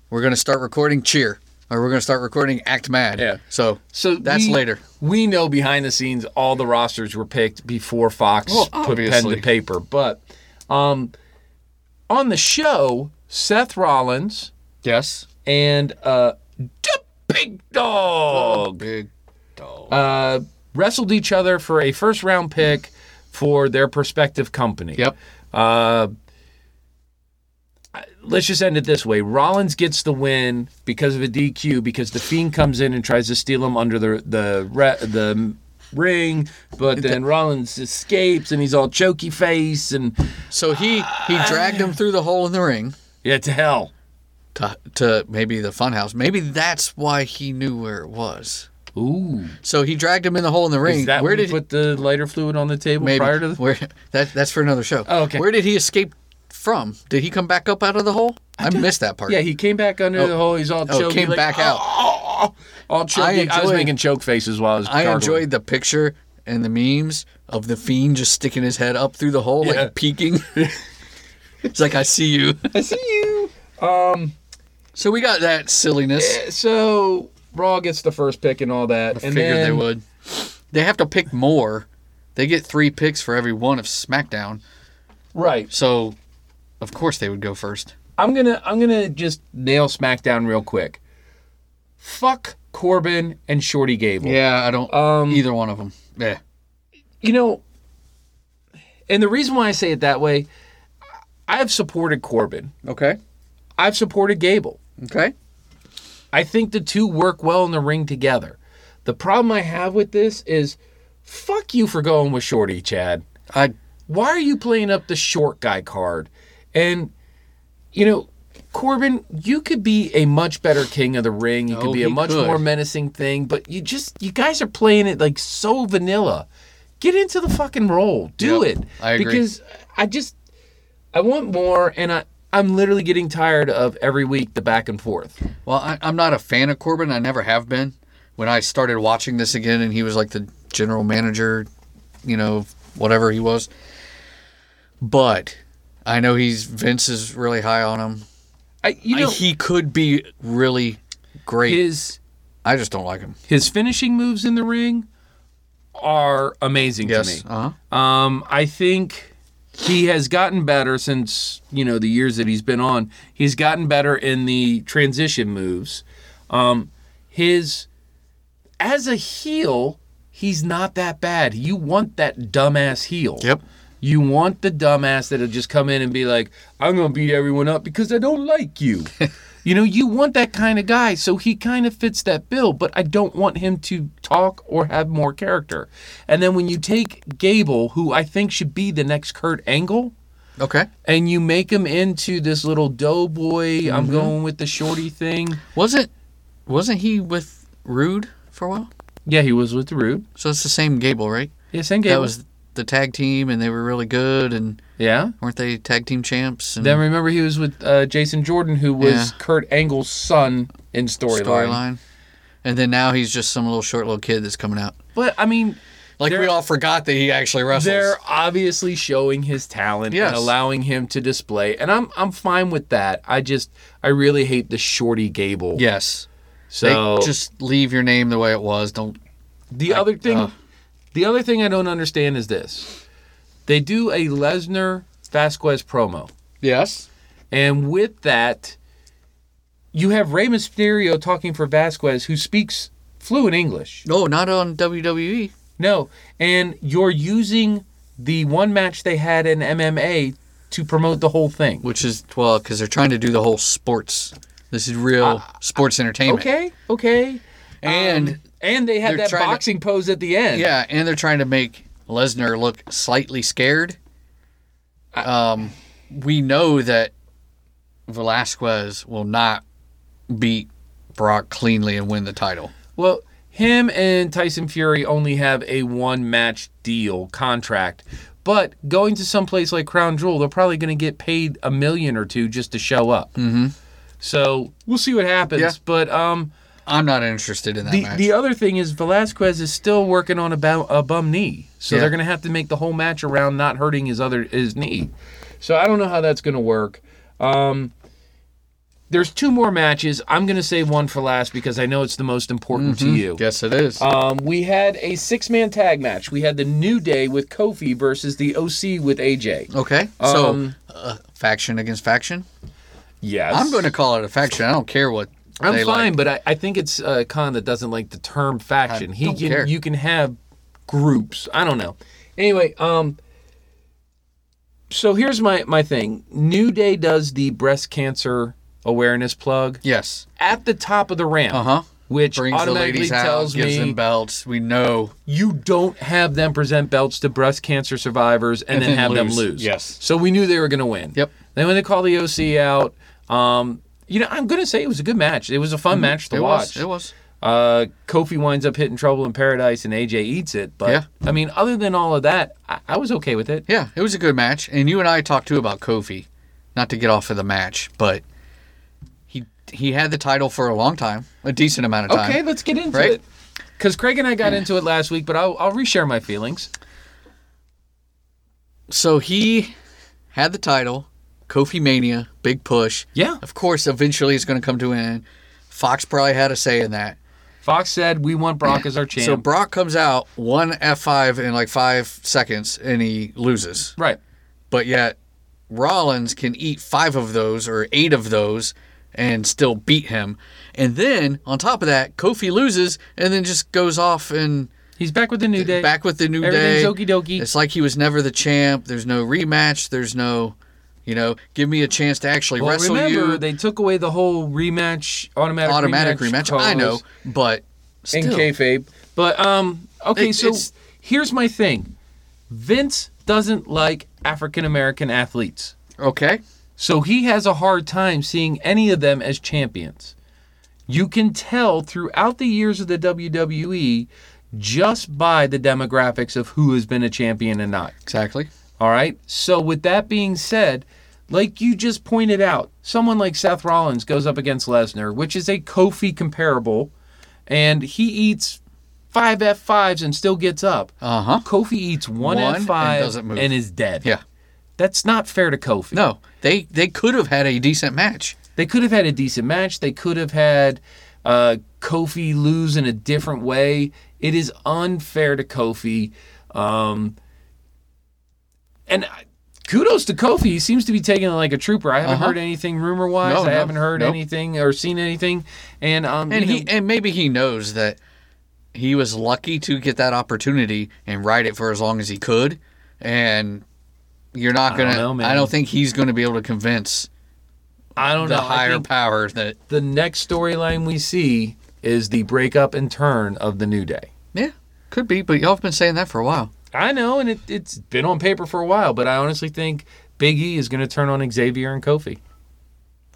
Speaker 3: we're going to start recording Cheer, or we're going to start recording Act Mad."
Speaker 1: Yeah.
Speaker 3: So,
Speaker 1: So
Speaker 3: that's
Speaker 1: we-
Speaker 3: later.
Speaker 1: We know behind the scenes all the rosters were picked before Fox
Speaker 3: Well,
Speaker 1: put pen
Speaker 3: obviously.
Speaker 1: to paper. But um, on the show, Seth Rollins
Speaker 3: Yes.
Speaker 1: and uh, the Big Dog
Speaker 3: Big dog.
Speaker 1: uh, wrestled each other for a first round pick for their prospective company.
Speaker 3: yep.
Speaker 1: Uh, let's just end it this way. Rollins gets the win because of a DQ because the Fiend comes in and tries to steal him under the the re- the ring, but then Rollins escapes and he's all choky face and
Speaker 3: So he he dragged him through the hole in the ring
Speaker 1: yeah to hell.
Speaker 3: to, to maybe the funhouse. Maybe that's why he knew where it was.
Speaker 1: Ooh,
Speaker 3: So he dragged him in the hole in the ring.
Speaker 1: is that
Speaker 3: where
Speaker 1: where
Speaker 3: did
Speaker 1: did
Speaker 3: he-
Speaker 1: put the lighter fluid on the table
Speaker 3: maybe
Speaker 1: prior to the?
Speaker 3: where that that's for another show.
Speaker 1: Oh, okay.
Speaker 3: Where did he escape from? Did he come back up out of the hole? I, missed that part.
Speaker 1: Yeah, he came back under the hole. He's all
Speaker 3: oh,
Speaker 1: choky.
Speaker 3: came
Speaker 1: like,
Speaker 3: back out.
Speaker 1: All choky. I, was
Speaker 3: enjoyed-
Speaker 1: making choke faces while I was.
Speaker 3: I
Speaker 1: gargling.
Speaker 3: enjoyed the picture and the memes of the fiend just sticking his head up through the hole,
Speaker 1: Yeah. (laughs)
Speaker 3: like peeking. it's like I see you.
Speaker 1: I see you.
Speaker 3: So we got that silliness.
Speaker 1: So Raw gets the first pick and all that. and
Speaker 3: Figured
Speaker 1: then,
Speaker 3: they would. They have to pick more. They get three picks for every one of SmackDown.
Speaker 1: Right.
Speaker 3: So, of course, they would go first.
Speaker 1: I'm gonna I'm gonna just nail SmackDown real quick. Fuck Corbin and Shorty Gable.
Speaker 3: Yeah, I don't.
Speaker 1: Um,
Speaker 3: either one of them. Yeah.
Speaker 1: You know, and the reason why I say it that way, I've supported Corbin.
Speaker 3: Okay.
Speaker 1: I've supported Gable.
Speaker 3: Okay.
Speaker 1: I think the two work well in the ring together. The problem I have with this is fuck you for going with Shorty, Chad.
Speaker 3: I.
Speaker 1: Why are you playing up the short guy card? And you know, Corbin, you could be a much better king of the ring. You
Speaker 3: Oh,
Speaker 1: could be a
Speaker 3: he
Speaker 1: much
Speaker 3: could.
Speaker 1: more menacing thing, but you just you guys are playing it like so vanilla. Get into the fucking role. Do
Speaker 3: Yep,
Speaker 1: it.
Speaker 3: I agree.
Speaker 1: Because I just I want more and I I'm literally getting tired of every week the back and forth.
Speaker 3: Well, I, I'm not a fan of Corbin. I never have been. When I started watching this again, and he was like the general manager, you know, whatever he was. But I know he's Vince is really high on him.
Speaker 1: I, you know,
Speaker 3: I- he could be really great.
Speaker 1: his
Speaker 3: I just don't like him.
Speaker 1: his finishing moves in the ring are amazing
Speaker 3: Yes.
Speaker 1: to me.
Speaker 3: Uh huh.
Speaker 1: Um, I think he has gotten better since you know the years that he's been on. He's gotten better in the transition moves. Um, his as a heel, he's not that bad. You want that dumbass heel.
Speaker 3: Yep.
Speaker 1: You want the dumbass that'll just come in and be like, "I'm gonna beat everyone up because I don't like
Speaker 3: (laughs)
Speaker 1: you." you know, you want that kind of guy, so he kind of fits that bill. But I don't want him to talk or have more character. And then when you take Gable, who I think should be the next Kurt Angle,
Speaker 3: Okay.
Speaker 1: and you make him into this little doughboy,
Speaker 3: Mm-hmm.
Speaker 1: I'm going with the shorty thing.
Speaker 3: Wasn't wasn't he with Rude for a while?
Speaker 1: Yeah, he was with the Rude.
Speaker 3: So it's the same Gable, right?
Speaker 1: Yeah, same Gable.
Speaker 3: That was the tag team, and they were really good, and
Speaker 1: yeah.
Speaker 3: weren't they tag team champs? And
Speaker 1: Then remember he was with uh, Jason Jordan, who was
Speaker 3: Mm-hmm. Yeah.
Speaker 1: Kurt Angle's son in storyline.
Speaker 3: storyline. And then now he's just some little short little kid that's coming out.
Speaker 1: But I mean,
Speaker 3: Like we
Speaker 1: They're-
Speaker 3: all forgot that he actually wrestles.
Speaker 1: they're obviously showing his talent
Speaker 3: Yes.
Speaker 1: and allowing him to display, and I'm I'm fine with that. I just I really hate the shorty Gable.
Speaker 3: yes.
Speaker 1: So
Speaker 3: they just leave your name the way it was. Don't.
Speaker 1: the other thing,
Speaker 3: ugh.
Speaker 1: the other thing I don't understand is this: they do a Lesnar Vasquez promo,
Speaker 3: Yes.
Speaker 1: and with that, you have Rey Mysterio talking for Vasquez, who speaks fluent English.
Speaker 3: No, Oh, not on E, WWE.
Speaker 1: No, and you're using the one match they had in MMA to promote the whole thing.
Speaker 3: Which is well, because they're trying to do the whole sports. This is real sports entertainment.
Speaker 1: Uh, Okay, okay.
Speaker 3: And
Speaker 1: Um, and they had
Speaker 3: they're
Speaker 1: that
Speaker 3: trying to-
Speaker 1: boxing pose at the end.
Speaker 3: Yeah, and they're trying to make Lesnar look slightly scared. Um, we know that Velasquez will not beat Brock cleanly and win the title.
Speaker 1: Well, him and Tyson Fury only have a one match deal contract. But going to some place like Crown Jewel, they're probably going to get paid a million or two just to show up. Mm-hmm. So we'll see what happens.
Speaker 3: Yeah.
Speaker 1: But um,
Speaker 3: I'm not interested in that
Speaker 1: The,
Speaker 3: match.
Speaker 1: the other thing is Velasquez is still working on a, bou- a bum knee, so
Speaker 3: Yeah.
Speaker 1: they're going to have to make the whole match around not hurting his other his knee. So I don't know how that's going to work. Um, there's two more matches. I'm going to save one for last because I know it's the most important to you.
Speaker 3: yes, it is.
Speaker 1: Um, we had a six man tag match. We had the New Day with Kofi
Speaker 3: Oh.
Speaker 1: versus the OC with AJ.
Speaker 3: okay, so uh, faction against faction.
Speaker 1: um, Yes.
Speaker 3: I'm going to call it a faction. I don't care what.
Speaker 1: I'm
Speaker 3: they
Speaker 1: fine,
Speaker 3: like.
Speaker 1: but I, I think it's uh, Khan that doesn't like the term faction.
Speaker 3: I
Speaker 1: he
Speaker 3: don't
Speaker 1: can
Speaker 3: care.
Speaker 1: you can have groups. I don't know. Anyway, um, so here's my my thing. New Day does the breast cancer awareness plug
Speaker 3: Yes.
Speaker 1: at the top of the ramp,
Speaker 3: Uh huh.
Speaker 1: which
Speaker 3: Brings the
Speaker 1: automatically
Speaker 3: ladies out,
Speaker 1: tells
Speaker 3: gives
Speaker 1: me
Speaker 3: them belts. We know.
Speaker 1: you don't have them present belts to breast cancer survivors and, then
Speaker 3: then
Speaker 1: have
Speaker 3: lose.
Speaker 1: them lose.
Speaker 3: Yes.
Speaker 1: So we knew they were going to win.
Speaker 3: Yep.
Speaker 1: Then when they call the OC out, um, you know, I'm going to say it was a good match. It was a fun match to
Speaker 3: Mm-hmm. It
Speaker 1: watch.
Speaker 3: was. It was.
Speaker 1: Uh, Kofi winds up hitting Trouble in Paradise, and AJ eats it. But
Speaker 3: Yeah.
Speaker 1: I mean, other than all of that, I, I was okay with it.
Speaker 3: Yeah, it was a good match. And you and I talked too about Kofi, not to get off of the match, but he he had the title for a long time, a decent amount of time.
Speaker 1: Okay, let's get into
Speaker 3: Right.
Speaker 1: it. Because Craig and I got into it last week, but I'll, I'll reshare my feelings.
Speaker 3: So he had the title, Kofi Mania, big push.
Speaker 1: Yeah.
Speaker 3: Of course, eventually it's going to come to an end. Fox probably had a say in that.
Speaker 1: Fox said, We want Brock as our champ.
Speaker 3: (laughs) So Brock comes out one F5 in like five seconds and he loses.
Speaker 1: right.
Speaker 3: But yet Rollins can eat five of those or eight of those and still beat him. And then on top of that, Kofi loses and then just goes off and
Speaker 1: He's back with the New Day.
Speaker 3: back with the new day.
Speaker 1: Everything's okie dokie.
Speaker 3: It's like he was never the champ. There's no rematch. There's no, you know, give me a chance to actually
Speaker 1: Well,
Speaker 3: wrestle
Speaker 1: remember,
Speaker 3: you.
Speaker 1: they took away the whole rematch, automatic,
Speaker 3: automatic rematch.
Speaker 1: rematch.
Speaker 3: I
Speaker 1: clause
Speaker 3: know, but
Speaker 1: In
Speaker 3: still,
Speaker 1: kayfabe. But, um, okay,
Speaker 3: It-
Speaker 1: so
Speaker 3: it's-
Speaker 1: here's my thing Vince doesn't like African American athletes.
Speaker 3: okay,
Speaker 1: So he has a hard time seeing any of them as champions. You can tell throughout the years of the WWE just by the demographics of who has been a champion and not.
Speaker 3: exactly.
Speaker 1: All right. So, with that being said, like you just pointed out, someone like Seth Rollins goes up against Lesnar, which is a Kofi comparable, and he eats five F5s and still gets up.
Speaker 3: Uh huh.
Speaker 1: Kofi eats one,
Speaker 3: One and
Speaker 1: F5
Speaker 3: doesn't move.
Speaker 1: and is dead.
Speaker 3: Yeah.
Speaker 1: That's not fair to Kofi.
Speaker 3: No, they they could have had a decent match.
Speaker 1: They could have had a decent match. They could have had uh, Kofi lose in a different way. It is unfair to Kofi. Um, and I- kudos to Kofi. He seems to be taking it like a trooper. I haven't
Speaker 3: Uh-huh.
Speaker 1: heard anything rumor wise.
Speaker 3: No,
Speaker 1: I
Speaker 3: no,
Speaker 1: haven't heard
Speaker 3: nope.
Speaker 1: anything or seen anything. And um,
Speaker 3: And
Speaker 1: you
Speaker 3: he
Speaker 1: know,
Speaker 3: and maybe he knows that he was lucky to get that opportunity and ride it for as long as he could. And you're not
Speaker 1: don't
Speaker 3: gonna.
Speaker 1: know, man.
Speaker 3: I don't think he's gonna be able to convince
Speaker 1: I don't
Speaker 3: the
Speaker 1: know. I
Speaker 3: higher
Speaker 1: think
Speaker 3: power that
Speaker 1: the next storyline we see is the breakup and turn of the New Day.
Speaker 3: yeah could be. But y'all have been saying that for a while.
Speaker 1: I know, and it, it's been on paper for a while, but I honestly think Big E is going to turn on Xavier and Kofi.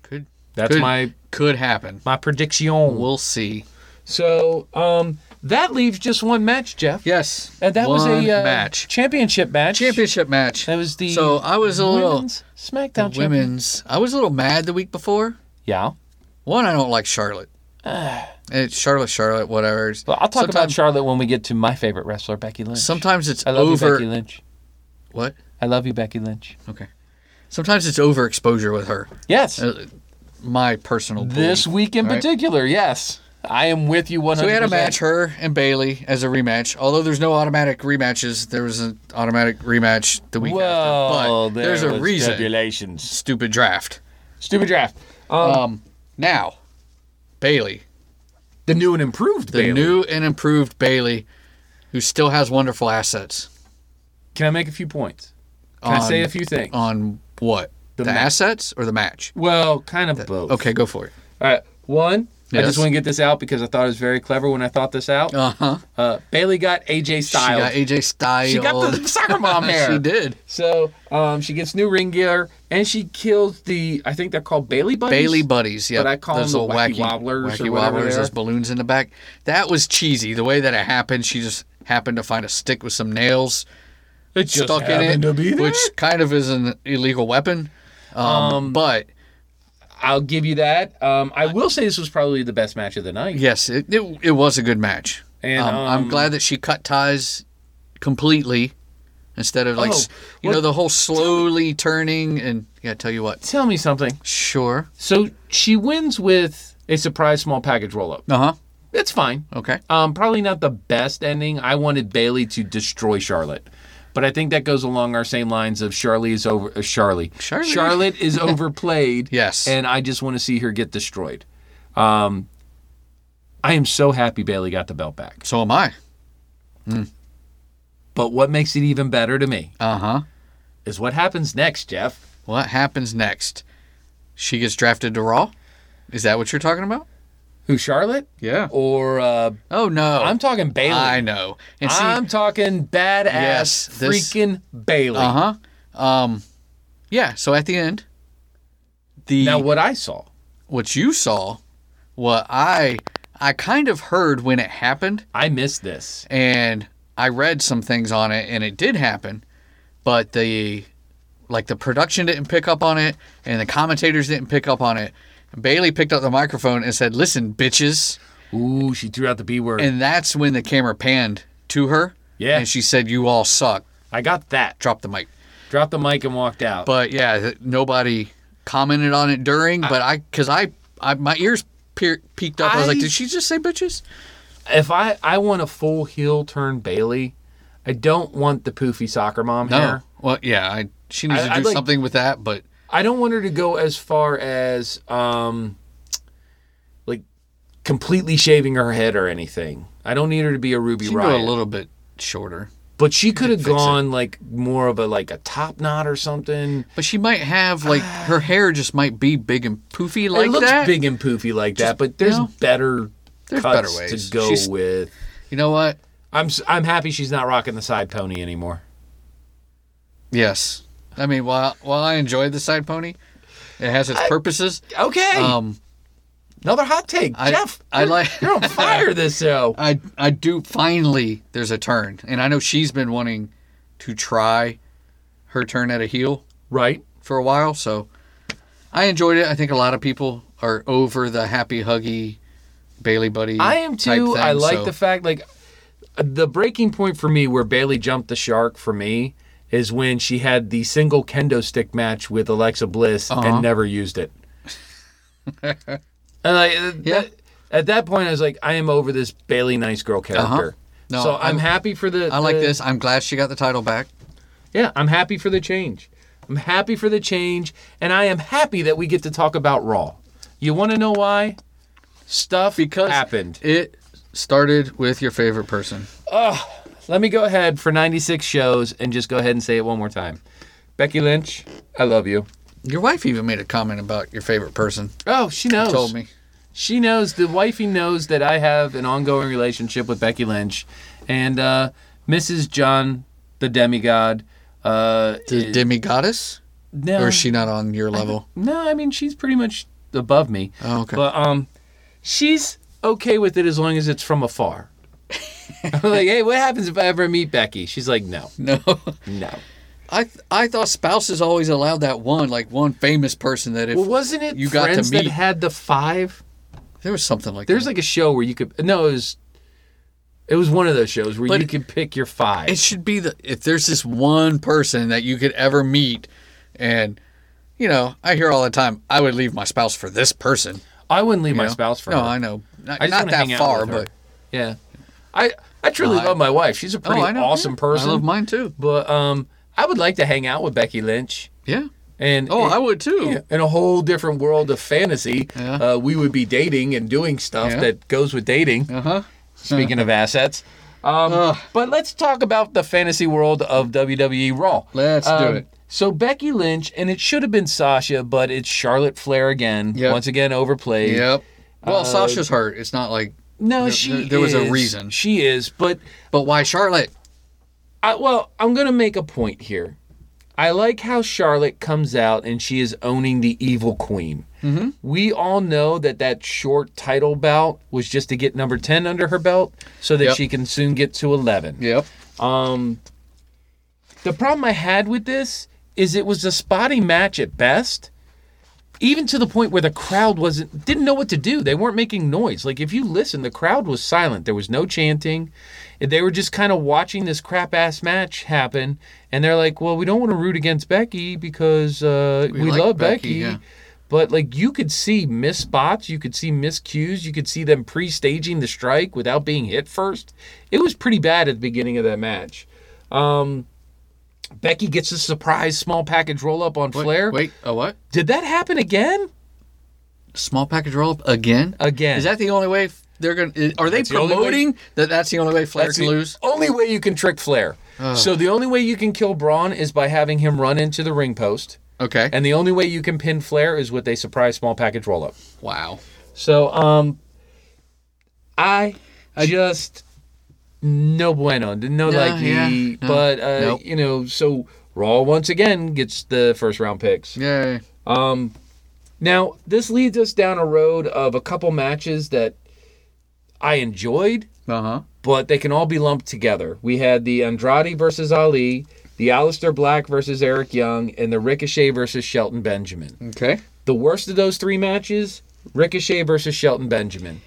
Speaker 3: Could
Speaker 1: That's
Speaker 3: could-
Speaker 1: my
Speaker 3: could happen.
Speaker 1: my prediction.
Speaker 3: We'll see.
Speaker 1: So um, that leaves just one match, Jeff.
Speaker 3: Yes,
Speaker 1: and that was
Speaker 3: one
Speaker 1: a uh,
Speaker 3: match
Speaker 1: championship match.
Speaker 3: championship match.
Speaker 1: That was the
Speaker 3: so I was a little
Speaker 1: women's SmackDown champion.
Speaker 3: women's. I was a little mad the week before.
Speaker 1: Yeah,
Speaker 3: One, I don't like Charlotte. it's Charlotte, Charlotte, whatever.
Speaker 1: but Ah. I'll talk about
Speaker 3: Sometimes-
Speaker 1: Charlotte when we get to my favorite wrestler, Becky Lynch.
Speaker 3: Sometimes it's
Speaker 1: I love you,
Speaker 3: over.
Speaker 1: Becky Lynch.
Speaker 3: What?
Speaker 1: I love you, Becky Lynch.
Speaker 3: Okay. Sometimes it's overexposure with her.
Speaker 1: Yes,
Speaker 3: Uh, my personal.
Speaker 1: this
Speaker 3: belief.
Speaker 1: week in
Speaker 3: All right.
Speaker 1: particular. Yes, I am with you one hundred.
Speaker 3: So we had a match, her and Bailey as a rematch. Although there's no automatic rematches, there was an automatic rematch the week after.
Speaker 1: Well,
Speaker 3: But there's a
Speaker 1: was
Speaker 3: reason.
Speaker 1: Stipulations.
Speaker 3: Stupid draft.
Speaker 1: Stupid draft.
Speaker 3: Um, now, Bailey,
Speaker 1: The new and improved.
Speaker 3: the new and improved Bailey, who still has wonderful assets.
Speaker 1: Can I make a few points? Can I
Speaker 3: On-
Speaker 1: say a few things?
Speaker 3: On what? The,
Speaker 1: match.
Speaker 3: assets or the match?
Speaker 1: Well, kind of both.
Speaker 3: Okay, go for it.
Speaker 1: All right. One, I
Speaker 3: Yes.
Speaker 1: just want to get this out because I thought it was very clever when I thought this out.
Speaker 3: Uh huh.
Speaker 1: Uh, Bailey got AJ
Speaker 3: She got
Speaker 1: Styles.
Speaker 3: AJ Styles.
Speaker 1: She got, the soccer mom hair.
Speaker 3: (laughs) she did.
Speaker 1: So um, she gets new ring gear and she kills the. I think they're called Bailey buddies.
Speaker 3: Bailey buddies, yeah.
Speaker 1: But I call
Speaker 3: those
Speaker 1: them the
Speaker 3: little
Speaker 1: wacky wobblers
Speaker 3: wacky
Speaker 1: or whatever
Speaker 3: wobblers,
Speaker 1: they are.
Speaker 3: those balloons in the back. That was cheesy. The way that it happened, she just happened to find a stick with some nails
Speaker 1: It just
Speaker 3: stuck in it,
Speaker 1: happened to be there.
Speaker 3: which kind of is an illegal weapon. Um, but
Speaker 1: I'll give you that. Um, I will say this was probably the best match of the night.
Speaker 3: yes, it, it it was a good match.
Speaker 1: And,
Speaker 3: um, I'm
Speaker 1: um,
Speaker 3: glad that she cut ties completely instead of like
Speaker 1: Oh,
Speaker 3: s you
Speaker 1: what-
Speaker 3: know the whole slowly turning and yeah. Tell you what,
Speaker 1: Tell me something.
Speaker 3: sure.
Speaker 1: So she wins with a surprise small package roll up.
Speaker 3: Uh huh.
Speaker 1: It's fine.
Speaker 3: Okay.
Speaker 1: Um, probably not the best ending. I wanted Bailey to destroy Charlotte, But I think that goes along our same lines of Charlie is over uh, Charlie.
Speaker 3: Charlie.
Speaker 1: Charlotte
Speaker 3: (laughs)
Speaker 1: is overplayed.
Speaker 3: Yes.
Speaker 1: And I just want to see her get destroyed. Um, I am so happy Bailey got the belt back.
Speaker 3: So am I.
Speaker 1: But what makes it even better to me
Speaker 3: Uh huh.
Speaker 1: is what happens next, Jeff.
Speaker 3: What happens next? She gets drafted to Raw? Is that what you're talking about?
Speaker 1: Who Charlotte?
Speaker 3: Yeah.
Speaker 1: Or uh,
Speaker 3: Oh no.
Speaker 1: I'm talking Bailey.
Speaker 3: I know. And see,
Speaker 1: I'm talking badass
Speaker 3: Yes, this-
Speaker 1: freaking Bailey.
Speaker 3: Uh huh. Um, yeah. So at the end, the
Speaker 1: Now what I saw.
Speaker 3: what you saw, what I I kind of heard when it happened,
Speaker 1: I missed this.
Speaker 3: and I read some things on it, and it did happen, but the like the production didn't pick up on it, and the commentators didn't pick up on it. Bailey picked up the microphone and said, "Listen, bitches."
Speaker 1: Ooh, she threw out the B word.
Speaker 3: And that's when the camera panned to her.
Speaker 1: Yeah.
Speaker 3: And she said, You all suck.
Speaker 1: I got that.
Speaker 3: Drop the mic.
Speaker 1: Dropped the mic and walked out.
Speaker 3: But yeah, th- nobody commented on it during, but I, because I, I, my ears peer, peeked up. I, was like,
Speaker 1: I-
Speaker 3: Did she just say bitches?
Speaker 1: if I I want a full heel turn Bailey, I don't want the poofy soccer mom
Speaker 3: No.
Speaker 1: hair.
Speaker 3: Well, yeah, I, she needs
Speaker 1: I-
Speaker 3: to do
Speaker 1: I'd like-
Speaker 3: something with that, but
Speaker 1: I don't want her to go as far as um like completely shaving her head or anything. I don't need her to be a Ruby
Speaker 3: she can do
Speaker 1: Riot.
Speaker 3: a little bit shorter.
Speaker 1: but she could have
Speaker 3: fix it.
Speaker 1: gone like more of a like a top knot or something.
Speaker 3: But she might
Speaker 1: (sighs)
Speaker 3: have, like, her hair just might be big and poofy like
Speaker 1: it looks
Speaker 3: that.
Speaker 1: big and poofy like that, but there's
Speaker 3: know,
Speaker 1: better
Speaker 3: there's
Speaker 1: cuts
Speaker 3: better ways.
Speaker 1: to go
Speaker 3: She's-
Speaker 1: with.
Speaker 3: You know what?
Speaker 1: I'm s- I'm happy she's not rocking the side pony anymore.
Speaker 3: Yes. I mean, while, while I enjoyed the side pony, it has its purposes.
Speaker 1: Okay,
Speaker 3: Um,
Speaker 1: another hot take,
Speaker 3: I-
Speaker 1: Jeff.
Speaker 3: I
Speaker 1: you're-
Speaker 3: like-
Speaker 1: you're on fire this
Speaker 3: (laughs)
Speaker 1: show.
Speaker 3: I I do finally there's a turn, and I know she's been wanting to try her turn at a heel
Speaker 1: Right?
Speaker 3: for a while, so I enjoyed it. I think a lot of people are over the happy huggy Bailey buddy.
Speaker 1: I am
Speaker 3: type
Speaker 1: too.
Speaker 3: thing,
Speaker 1: I like
Speaker 3: so-
Speaker 1: the fact like the breaking point for me where Bailey jumped the shark for me is when she had the single kendo stick match with Alexa Bliss
Speaker 3: Uh-huh.
Speaker 1: and never used
Speaker 3: (laughs)
Speaker 1: it. and I, uh, that-
Speaker 3: Yeah.
Speaker 1: at that point I was like, I am over this Bailey nice girl character.
Speaker 3: Uh-huh. No,
Speaker 1: so I'm,
Speaker 3: I'm-
Speaker 1: happy for the.
Speaker 3: I like
Speaker 1: the-
Speaker 3: this. I'm glad she got the title back.
Speaker 1: Yeah, I'm happy for the change. I'm happy for the change, and I am happy that we get to talk about Raw. You want to know why? Stuff
Speaker 3: Because
Speaker 1: happened.
Speaker 3: It started with your favorite person.
Speaker 1: Let me go ahead for 96 shows and just go ahead and say it one more time. Becky Lynch, I love you.
Speaker 3: Your wife even made a comment about your favorite person.
Speaker 1: Oh, she knows.
Speaker 3: Told me.
Speaker 1: She knows, the wifey knows that I have an ongoing relationship with Becky Lynch. And uh, Mrs. John, the demigod, uh,
Speaker 3: The demi goddess?
Speaker 1: no,
Speaker 3: Or is she not on your level?
Speaker 1: no, Uh, I mean, she's pretty much above me.
Speaker 3: Oh, okay.
Speaker 1: But um, she's okay with it as long as it's from afar. (laughs) I'm like, hey, what happens if I ever meet Becky? She's like, no,
Speaker 3: (laughs) no.
Speaker 1: no.
Speaker 3: I th- I thought spouses always allowed that one, like one famous person that if
Speaker 1: Well, wasn't it
Speaker 3: you got to
Speaker 1: Friends
Speaker 3: meet,
Speaker 1: that had the five?
Speaker 3: there was something like
Speaker 1: There's
Speaker 3: that.
Speaker 1: like a show where you could no, it was it was one of those shows where
Speaker 3: But
Speaker 1: you
Speaker 3: it-
Speaker 1: could pick your five.
Speaker 3: it should be the if there's this one person that you could ever meet, and you know I hear all the time I would leave my spouse for this person.
Speaker 1: I wouldn't leave my
Speaker 3: you know?
Speaker 1: spouse for
Speaker 3: no,
Speaker 1: her.
Speaker 3: I know not,
Speaker 1: I just
Speaker 3: not
Speaker 1: wanna
Speaker 3: that
Speaker 1: hang out
Speaker 3: far,
Speaker 1: with her.
Speaker 3: but
Speaker 1: Yeah, I I truly
Speaker 3: No, I-
Speaker 1: love my wife. She's a pretty
Speaker 3: oh, I know,
Speaker 1: awesome
Speaker 3: yeah.
Speaker 1: person.
Speaker 3: I love mine too.
Speaker 1: But um, I would like to hang out with Becky Lynch.
Speaker 3: Yeah.
Speaker 1: And
Speaker 3: Oh,
Speaker 1: and-
Speaker 3: I would too.
Speaker 1: Yeah, in a whole different world of fantasy,
Speaker 3: Yeah.
Speaker 1: uh, we would be dating and doing stuff
Speaker 3: Yeah.
Speaker 1: that goes with dating.
Speaker 3: Uh huh.
Speaker 1: Speaking of assets. Um, but let's talk about the fantasy world of WWE Raw.
Speaker 3: Let's do
Speaker 1: Um,
Speaker 3: it.
Speaker 1: So Becky Lynch, and it should have been Sasha, but it's Charlotte Flair again.
Speaker 3: Yep.
Speaker 1: Once again, overplayed.
Speaker 3: Yep.
Speaker 1: Uh,
Speaker 3: Well, Sasha's hurt. It's not like
Speaker 1: No,
Speaker 3: There-
Speaker 1: she.
Speaker 3: there- there was a
Speaker 1: is.
Speaker 3: reason.
Speaker 1: She is, but
Speaker 3: but why Charlotte?
Speaker 1: I, well, I'm gonna make a point here. I like how Charlotte comes out and she is owning the evil queen. We all know that that short title bout was just to get number ten under her belt, so that
Speaker 3: Yep.
Speaker 1: she can soon get to eleven.
Speaker 3: Yep.
Speaker 1: Um, the problem I had with this is it was a spotty match at best, even to the point where the crowd wasn't didn't know what to do. They weren't making noise. Like if you listen, the crowd was silent. There was no chanting. They were just kind of watching this crap ass match happen, and they're like, "Well, we don't want to root against Becky because uh, we,
Speaker 3: like
Speaker 1: love
Speaker 3: Becky,
Speaker 1: Becky."
Speaker 3: yeah.
Speaker 1: But like you could see missed spots, you could see missed cues, you could see them pre-staging the strike without being hit first. It was pretty bad at the beginning of that match. Um, Becky gets a surprise small package roll up on
Speaker 3: Wait,
Speaker 1: Flair.
Speaker 3: Wait, a what?
Speaker 1: Did that happen again?
Speaker 3: Small package roll up again?
Speaker 1: Again.
Speaker 3: Is that the only way f- they're going to. Are they
Speaker 1: That's the only way-
Speaker 3: promoting that that's the only way Flair
Speaker 1: That's
Speaker 3: can
Speaker 1: the
Speaker 3: lose?
Speaker 1: only way you can trick Flair. So the only way you can kill Braun is by having him run into the ring post,
Speaker 3: Okay.
Speaker 1: and the only way you can pin Flair is with a surprise small package roll up.
Speaker 3: wow.
Speaker 1: So um, I just no bueno, no,
Speaker 3: No,
Speaker 1: like
Speaker 3: yeah,
Speaker 1: he-
Speaker 3: no,
Speaker 1: but uh,
Speaker 3: nope.
Speaker 1: you know so. Raw once again gets the first round picks.
Speaker 3: Yay.
Speaker 1: Now, this leads us down a road of a couple matches that I enjoyed,
Speaker 3: Uh huh.
Speaker 1: but they can all be lumped together. We had the Andrade versus Ali, the Aleister Black versus Eric Young, and the Ricochet versus Shelton Benjamin.
Speaker 3: Okay.
Speaker 1: The worst of those three matches, Ricochet versus Shelton Benjamin.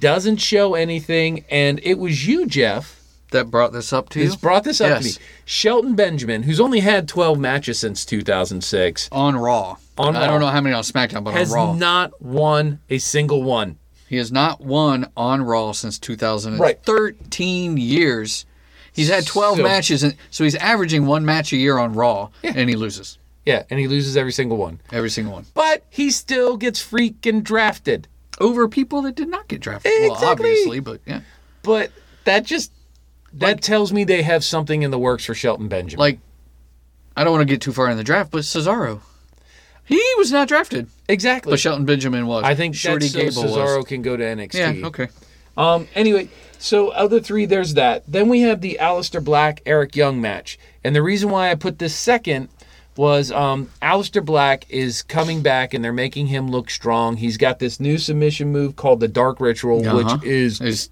Speaker 1: Doesn't show anything, and it was you, Jeff,
Speaker 3: That brought this up to you?
Speaker 1: who's brought this up to
Speaker 3: Yes.
Speaker 1: me. Shelton Benjamin, who's only had 12 matches since 2006,
Speaker 3: on Raw.
Speaker 1: On
Speaker 3: I don't
Speaker 1: Raw.
Speaker 3: know how many on SmackDown, but
Speaker 1: has
Speaker 3: on Raw.
Speaker 1: not won a single one.
Speaker 3: He has not won on Raw since 2013
Speaker 1: Right.
Speaker 3: 13 years. He's had 12
Speaker 1: So-
Speaker 3: matches, and so he's averaging one match a year on Raw, and he loses
Speaker 1: Yeah, and he loses every single one.
Speaker 3: every single one.
Speaker 1: but he still gets freaking drafted.
Speaker 3: Over people that did not get drafted. Well,
Speaker 1: Exactly.
Speaker 3: obviously, but yeah.
Speaker 1: But that just that tells me they have something in the works for Shelton Benjamin.
Speaker 3: Like, I don't want to get too far in the draft, but Cesaro. He was not drafted,
Speaker 1: exactly.
Speaker 3: but Shelton Benjamin was.
Speaker 1: I think
Speaker 3: Shorty
Speaker 1: that's so
Speaker 3: Gable
Speaker 1: Cesaro
Speaker 3: was.
Speaker 1: can go to NXT.
Speaker 3: Yeah, okay.
Speaker 1: Um. Anyway, so other three, there's that. Then we have the Aleister Black Eric Young match, and the reason why I put this second was um Aleister Black is coming back, and they're making him look strong. He's got this new submission move called the Dark Ritual,
Speaker 3: Uh-huh.
Speaker 1: which is
Speaker 3: It's-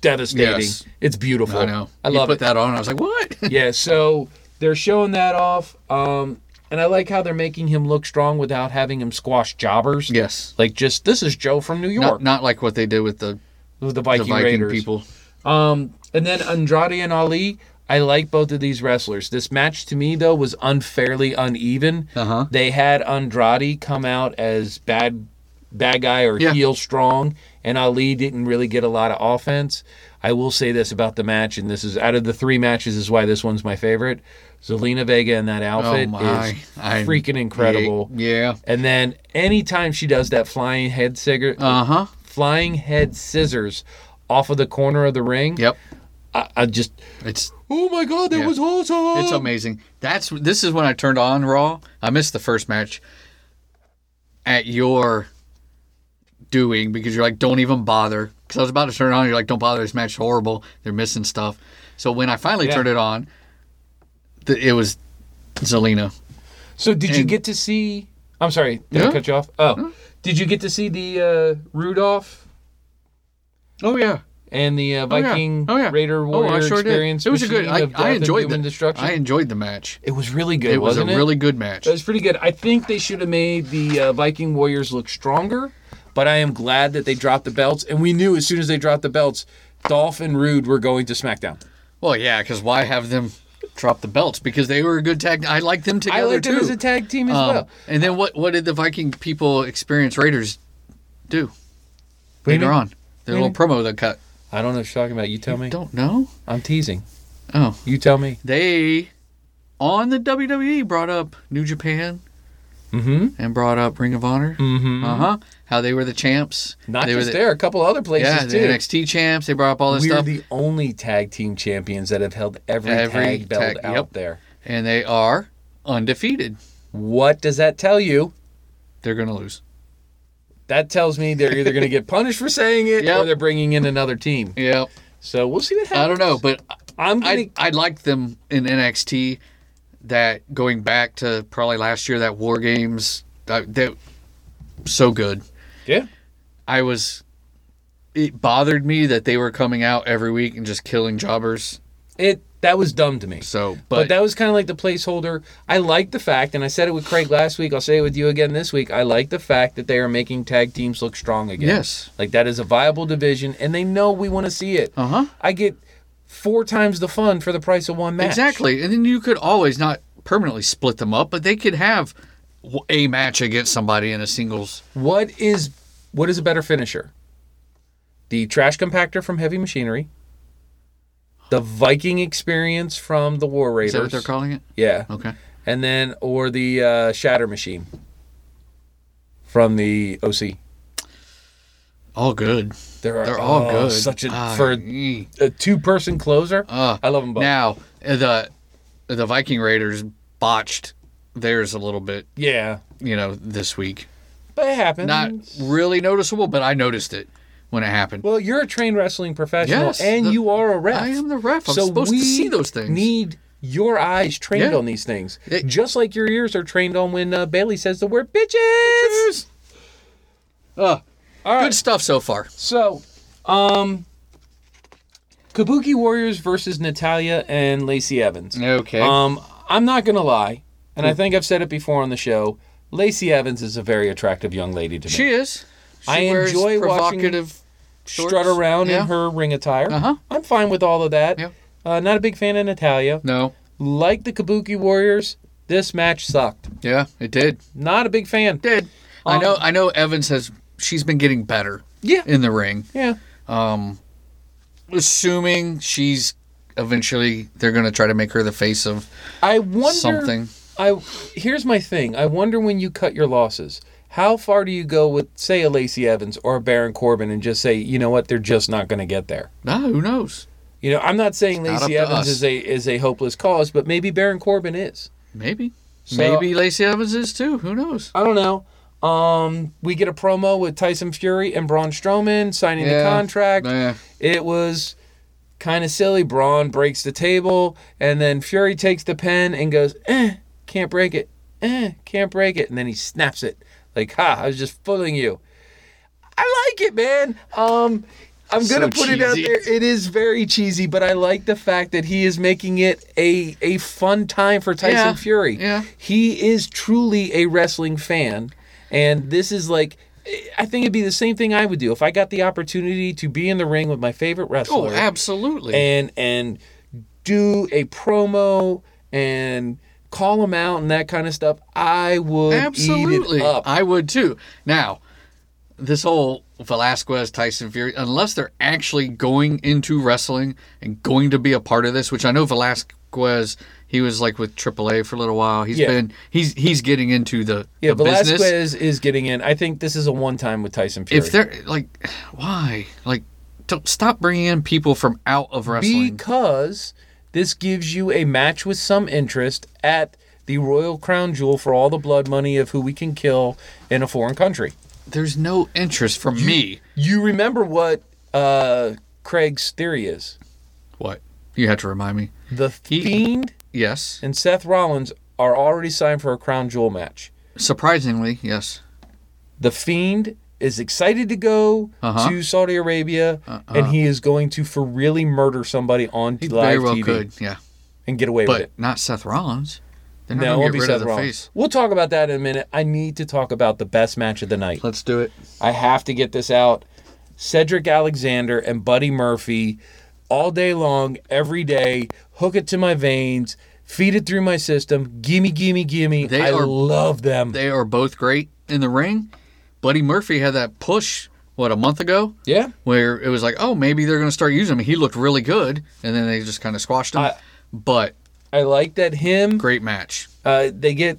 Speaker 1: devastating.
Speaker 3: Yes.
Speaker 1: It's beautiful.
Speaker 3: I know.
Speaker 1: I
Speaker 3: You
Speaker 1: love
Speaker 3: put
Speaker 1: it.
Speaker 3: that on. I was like, what? (laughs)
Speaker 1: yeah, so they're showing that off. Um, and I like how they're making him look strong without having him squash jobbers.
Speaker 3: yes.
Speaker 1: Like just this is Joe from New York
Speaker 3: Not, not like what they did with the,
Speaker 1: with the
Speaker 3: the
Speaker 1: Viking,
Speaker 3: Viking
Speaker 1: Raiders.
Speaker 3: people.
Speaker 1: Um, and then Andrade and Ali. I like both of these wrestlers. This match to me though was unfairly uneven.
Speaker 3: Uh-huh.
Speaker 1: They had Andrade come out as bad bad guy or
Speaker 3: Yeah.
Speaker 1: heel strong, and Ali didn't really get a lot of offense. I will say this about the match, and this is out of the three matches, is why this one's my favorite. Zelina Vega in that outfit
Speaker 3: Oh, my.
Speaker 1: is
Speaker 3: I-
Speaker 1: freaking incredible.
Speaker 3: Yeah.
Speaker 1: And then anytime she does that flying head scissor,
Speaker 3: Uh huh.
Speaker 1: flying head scissors off of the corner of the ring,
Speaker 3: Yep.
Speaker 1: I, I just
Speaker 3: It's
Speaker 1: oh my god, that
Speaker 3: Yeah.
Speaker 1: was awesome.
Speaker 3: it's amazing. That's this is when I turned on Raw. I missed the first match at your doing because you're like, don't even bother. Because I was about to turn it on, you're like, don't bother. This match is horrible. They're missing stuff. So when I finally
Speaker 1: Yeah.
Speaker 3: turned it on, th- it was Zelina.
Speaker 1: So did you
Speaker 3: And-
Speaker 1: get to see? I'm sorry, did I
Speaker 3: Yeah.
Speaker 1: cut you off? Oh, did you get to see the uh, Rudolph
Speaker 3: Oh yeah,
Speaker 1: and the uh,
Speaker 3: Oh, yeah.
Speaker 1: Viking
Speaker 3: oh, yeah.
Speaker 1: Raider Warrior
Speaker 3: oh, I sure
Speaker 1: experience?
Speaker 3: Did. It was a
Speaker 1: machine
Speaker 3: good. I,
Speaker 1: of death
Speaker 3: I
Speaker 1: and
Speaker 3: enjoyed
Speaker 1: human
Speaker 3: the
Speaker 1: destruction.
Speaker 3: I enjoyed the match.
Speaker 1: it was really good.
Speaker 3: It was a
Speaker 1: wasn't it?
Speaker 3: really good match.
Speaker 1: It was pretty good. I think they should have made the uh, Viking Warriors look stronger, but I am glad that they dropped the belts. And we knew as soon as they dropped the belts, Dolph and Rude were going to SmackDown.
Speaker 3: Well, yeah, because why have them drop the belts? Because they were a good tag. I like them together
Speaker 1: I liked
Speaker 3: too.
Speaker 1: them as a tag team as
Speaker 3: Um,
Speaker 1: well.
Speaker 3: And then what? What did the Viking people experience Raiders do
Speaker 1: do
Speaker 3: later
Speaker 1: you mean?
Speaker 3: on? Their little promo they cut.
Speaker 1: I don't know what you're talking about. You tell me.
Speaker 3: Don't know.
Speaker 1: I'm teasing.
Speaker 3: Oh,
Speaker 1: You tell me.
Speaker 3: they on the WWE brought up New Japan
Speaker 1: Mm-hmm.
Speaker 3: and brought up Ring of Honor. Mm-hmm. Uh huh. How they were the champs.
Speaker 1: Not
Speaker 3: they were
Speaker 1: just
Speaker 3: the,
Speaker 1: there, a couple other places
Speaker 3: Yeah,
Speaker 1: too.
Speaker 3: the NXT champs. They brought up all this
Speaker 1: We're
Speaker 3: stuff.
Speaker 1: the only tag team champions that have held every,
Speaker 3: Every
Speaker 1: tag belt
Speaker 3: tag-
Speaker 1: out
Speaker 3: yep.
Speaker 1: there.
Speaker 3: and they are undefeated.
Speaker 1: What does that tell you?
Speaker 3: They're gonna lose.
Speaker 1: That tells me they're either going to get punished for saying it or
Speaker 3: Yep.
Speaker 1: they're bringing in another team.
Speaker 3: Yeah.
Speaker 1: So we'll see what happens.
Speaker 3: I don't know, but
Speaker 1: I'm gonna.
Speaker 3: I I liked them in NXT. That going back to probably last year, that War Games, that, that so good.
Speaker 1: yeah.
Speaker 3: I was. It bothered me that they were coming out every week and just killing jobbers.
Speaker 1: It that was dumb to me.
Speaker 3: So,
Speaker 1: but,
Speaker 3: but,
Speaker 1: that was kind of like the placeholder. I like the fact, and I said it with Craig last week. I'll say it with you again this week. I like the fact that they are making tag teams look strong again.
Speaker 3: Yes.
Speaker 1: like that is a viable division, and they know we want to see it.
Speaker 3: uh huh,
Speaker 1: I get four times the fun for the price of one match.
Speaker 3: exactly. And then you could always not permanently split them up, but they could have w- a match against somebody in a singles.
Speaker 1: What is what is a better finisher? The trash compactor from Heavy Machinery the Viking experience from the War Raiders.
Speaker 3: Is that what they're calling it?
Speaker 1: Yeah.
Speaker 3: Okay.
Speaker 1: And then, or the uh, Shatter Machine from the OC.
Speaker 3: All good.
Speaker 1: They're,
Speaker 3: They're all
Speaker 1: oh,
Speaker 3: good.
Speaker 1: Such a
Speaker 3: Ah,
Speaker 1: for
Speaker 3: mm.
Speaker 1: a two-person closer.
Speaker 3: Uh,
Speaker 1: I love them both.
Speaker 3: Now the the Viking Raiders botched theirs a little bit,
Speaker 1: yeah,
Speaker 3: you know, this week.
Speaker 1: but it happens.
Speaker 3: Not really noticeable, but I noticed it when it happened.
Speaker 1: well, you're a trained wrestling professional,
Speaker 3: Yes,
Speaker 1: and
Speaker 3: the-
Speaker 1: you are a ref.
Speaker 3: I am the ref. I'm
Speaker 1: so
Speaker 3: supposed to
Speaker 1: we
Speaker 3: see those things.
Speaker 1: Need your eyes trained
Speaker 3: Yeah.
Speaker 1: on these things,
Speaker 3: It-
Speaker 1: just like your ears are trained on when uh, Bailey says the word bitches.
Speaker 3: Uh,
Speaker 1: All right.
Speaker 3: Good stuff so far.
Speaker 1: So, um, Kabuki Warriors versus Natalia and Lacey Evans.
Speaker 3: Okay.
Speaker 1: Um, I'm not gonna lie, and
Speaker 3: Hmm.
Speaker 1: I think I've said it before on the show. Lacey Evans is a very attractive young lady to me.
Speaker 3: she is. She
Speaker 1: I
Speaker 3: wears
Speaker 1: enjoy watching
Speaker 3: provocative shorts.
Speaker 1: strut around
Speaker 3: Yeah.
Speaker 1: in her ring attire.
Speaker 3: Uh-huh.
Speaker 1: I'm fine with all of that.
Speaker 3: Yeah.
Speaker 1: Uh, not a big fan of Natalia.
Speaker 3: No.
Speaker 1: Like the Kabuki Warriors, this match sucked.
Speaker 3: Yeah, it did.
Speaker 1: Not a big fan.
Speaker 3: Did. I
Speaker 1: Um,
Speaker 3: know. I know. Evans has. She's been getting better
Speaker 1: Yeah.
Speaker 3: in the ring.
Speaker 1: Yeah.
Speaker 3: Assuming she's eventually they're going to try to make her the face of
Speaker 1: I wonder
Speaker 3: something.
Speaker 1: I here's my thing. I wonder when you cut your losses. How far do you go with, say, a Lacey Evans or a Baron Corbin, and just say, you know what, they're just not going to get there.
Speaker 3: No, who knows?
Speaker 1: You know, I'm not saying
Speaker 3: not
Speaker 1: Lacey
Speaker 3: up to
Speaker 1: Evans
Speaker 3: us.
Speaker 1: is a is a hopeless cause, but maybe Baron Corbin is.
Speaker 3: Maybe.
Speaker 1: So-
Speaker 3: Maybe Lacey Evans is too. Who knows?
Speaker 1: I don't know. Um, we get a promo with Tyson Fury and Braun Strowman signing the
Speaker 3: Yeah.
Speaker 1: contract.
Speaker 3: Yeah.
Speaker 1: It was kind of silly. Braun breaks the table, and then Fury takes the pen and goes, eh, can't break it. Eh, can't break it. And then he snaps it. Like, ha, I was just fooling you. I like it, man. Um, I'm
Speaker 3: So
Speaker 1: gonna put it out
Speaker 3: cheesy.
Speaker 1: there. It is very cheesy, but I like the fact that he is making it a a fun time for Tyson
Speaker 3: Yeah,
Speaker 1: Fury.
Speaker 3: yeah.
Speaker 1: He is truly a wrestling fan, and this is like I think it'd be the same thing I would do if I got the opportunity to be in the ring with my favorite
Speaker 3: Oh,
Speaker 1: wrestler
Speaker 3: absolutely.
Speaker 1: and and do a promo and call him out and that kind of stuff. I would
Speaker 3: absolutely.
Speaker 1: eat it up.
Speaker 3: I would too. Now, this whole Velasquez Tyson Fury, unless they're actually going into wrestling and going to be a part of this, which I know Velasquez, he was like with AAA for a little while. He's
Speaker 1: Yeah.
Speaker 3: been he's he's getting into the,
Speaker 1: yeah,
Speaker 3: the
Speaker 1: Velasquez
Speaker 3: business.
Speaker 1: is getting in. I think this is a one time with Tyson Fury.
Speaker 3: If they're like, why like. Don't stop bringing in people from out of wrestling.
Speaker 1: because this gives you a match with some interest at the Royal Crown Jewel for all the blood money of who we can kill in a foreign country.
Speaker 3: There's no interest from me.
Speaker 1: You remember what uh, Craig's theory is?
Speaker 3: What? You had to remind me.
Speaker 1: The
Speaker 3: He-
Speaker 1: Fiend
Speaker 3: Yes.
Speaker 1: and Seth Rollins are already signed for a Crown Jewel match.
Speaker 3: Surprisingly, yes.
Speaker 1: The Fiend is excited to go
Speaker 3: Uh-huh.
Speaker 1: to Saudi Arabia, and he is going to for really murder somebody on
Speaker 3: He
Speaker 1: live
Speaker 3: very well
Speaker 1: TV
Speaker 3: could. Yeah.
Speaker 1: and get away with it.
Speaker 3: But not Seth Rollins. They're not
Speaker 1: No, it
Speaker 3: gonna
Speaker 1: won't
Speaker 3: get
Speaker 1: be
Speaker 3: rid
Speaker 1: Seth
Speaker 3: of the
Speaker 1: Rollins.
Speaker 3: face.
Speaker 1: We'll talk about that in a minute. I need to talk about the best match of the night.
Speaker 3: Let's do it.
Speaker 1: I have to get this out. Cedric Alexander and Buddy Murphy all day long, every day. Hook it to my veins, feed it through my system. Gimme, gimme, gimme.
Speaker 3: They
Speaker 1: I
Speaker 3: are-
Speaker 1: love them.
Speaker 3: They are both great in the ring. Buddy Murphy had that push what a month ago
Speaker 1: yeah.
Speaker 3: where it was like, oh, maybe they're going to start using him. He looked really good, and then they just kind of squashed him.
Speaker 1: I-
Speaker 3: but
Speaker 1: I like that him.
Speaker 3: great match.
Speaker 1: Uh, they get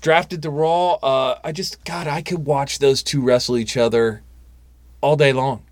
Speaker 1: drafted to Raw. Uh, I just, God, I could watch those two wrestle each other all day long.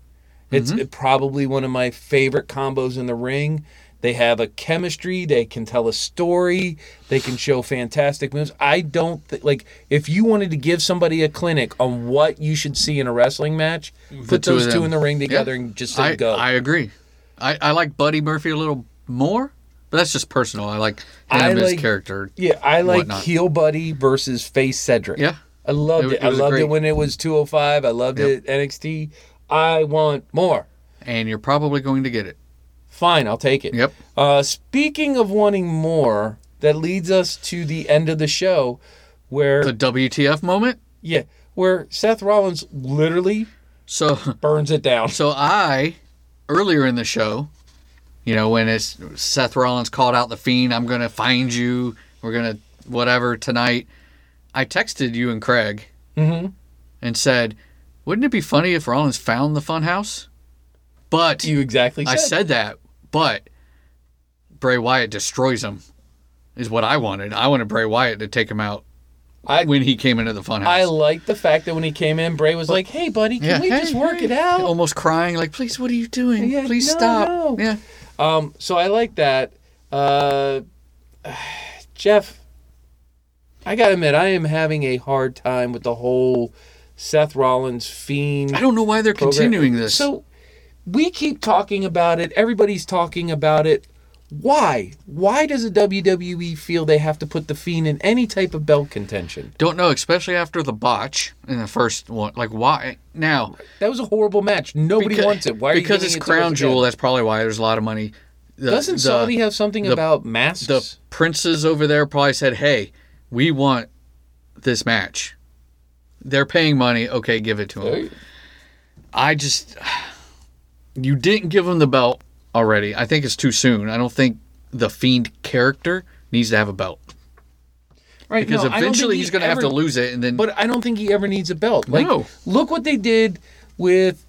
Speaker 1: It's
Speaker 3: Mm-hmm.
Speaker 1: probably one of my favorite combos in the ring. They have a chemistry. They can tell a story. They can show fantastic moves. I don't th- like if you wanted to give somebody a clinic on what you should see in a wrestling match, put
Speaker 3: two of
Speaker 1: those two
Speaker 3: them.
Speaker 1: in the ring
Speaker 3: Yeah.
Speaker 1: together and just say
Speaker 3: I,
Speaker 1: go.
Speaker 3: I agree. I, I like Buddy Murphy a little more, but that's just personal. I like him
Speaker 1: I
Speaker 3: as
Speaker 1: like-
Speaker 3: character.
Speaker 1: Yeah, I like
Speaker 3: whatnot.
Speaker 1: heel buddy versus face Cedric.
Speaker 3: Yeah.
Speaker 1: I loved
Speaker 3: It
Speaker 1: it.
Speaker 3: wa- it
Speaker 1: I
Speaker 3: was
Speaker 1: loved it
Speaker 3: great.
Speaker 1: when it was 205. I loved it NXT. I want more.
Speaker 3: And you're probably going to get it.
Speaker 1: Fine, I'll take it.
Speaker 3: Yep.
Speaker 1: Uh, speaking of wanting more, that leads us to the end of the show, where
Speaker 3: The WTF moment.
Speaker 1: yeah, where Seth Rollins literally
Speaker 3: So
Speaker 1: burns it down. (laughs)
Speaker 3: So I earlier in the show, you know, when it's Seth Rollins called out the fiend, I'm gonna find you. We're gonna whatever tonight. I texted you and Craig
Speaker 1: Mm-hmm.
Speaker 3: and said, "Wouldn't it be funny if Rollins found the Funhouse?" But
Speaker 1: You exactly. Said.
Speaker 3: I said that, but Bray Wyatt destroys him, is what I wanted. I wanted Bray Wyatt to take him out
Speaker 1: I-
Speaker 3: when he came into the funhouse.
Speaker 1: I like the fact that when he came in, Bray was like, "Hey, buddy, can
Speaker 3: Yeah.
Speaker 1: we
Speaker 3: Hey,
Speaker 1: just work
Speaker 3: hey.
Speaker 1: it out?"
Speaker 3: Almost crying, like, please, what are you doing?
Speaker 1: Yeah,
Speaker 3: please
Speaker 1: no,
Speaker 3: stop.
Speaker 1: no.
Speaker 3: Yeah.
Speaker 1: Um, so I like that. Uh, (sighs) Jeff, I gotta admit, I am having a hard time with the whole Seth Rollins fiend.
Speaker 3: I don't know why they're
Speaker 1: program.
Speaker 3: continuing this.
Speaker 1: So we keep talking about it. Everybody's talking about it. Why? Why does the WWE feel they have to put the fiend in any type of belt contention?
Speaker 3: don't know, especially after the botch in the first one. Like, why now?
Speaker 1: That was a horrible match. Nobody
Speaker 3: Because-
Speaker 1: wants it. Why? Are you
Speaker 3: because
Speaker 1: giving
Speaker 3: it's
Speaker 1: it to
Speaker 3: crown
Speaker 1: us
Speaker 3: jewel.
Speaker 1: again?
Speaker 3: That's probably why there's a lot of money. The-
Speaker 1: Doesn't
Speaker 3: the-
Speaker 1: somebody have something about masks?
Speaker 3: the princes over there probably said, "Hey, we want this match. They're paying money. Okay, give it to them."
Speaker 1: Right.
Speaker 3: I just (sighs) you didn't give him the belt already. I think it's too soon. I don't think the fiend character needs to have a belt
Speaker 1: right?
Speaker 3: because
Speaker 1: no, I don't
Speaker 3: eventually
Speaker 1: think
Speaker 3: he's
Speaker 1: he
Speaker 3: going to have
Speaker 1: ever-
Speaker 3: to lose it, and then
Speaker 1: But uh, I don't think he ever needs a belt. Like,
Speaker 3: No.
Speaker 1: Look what they did with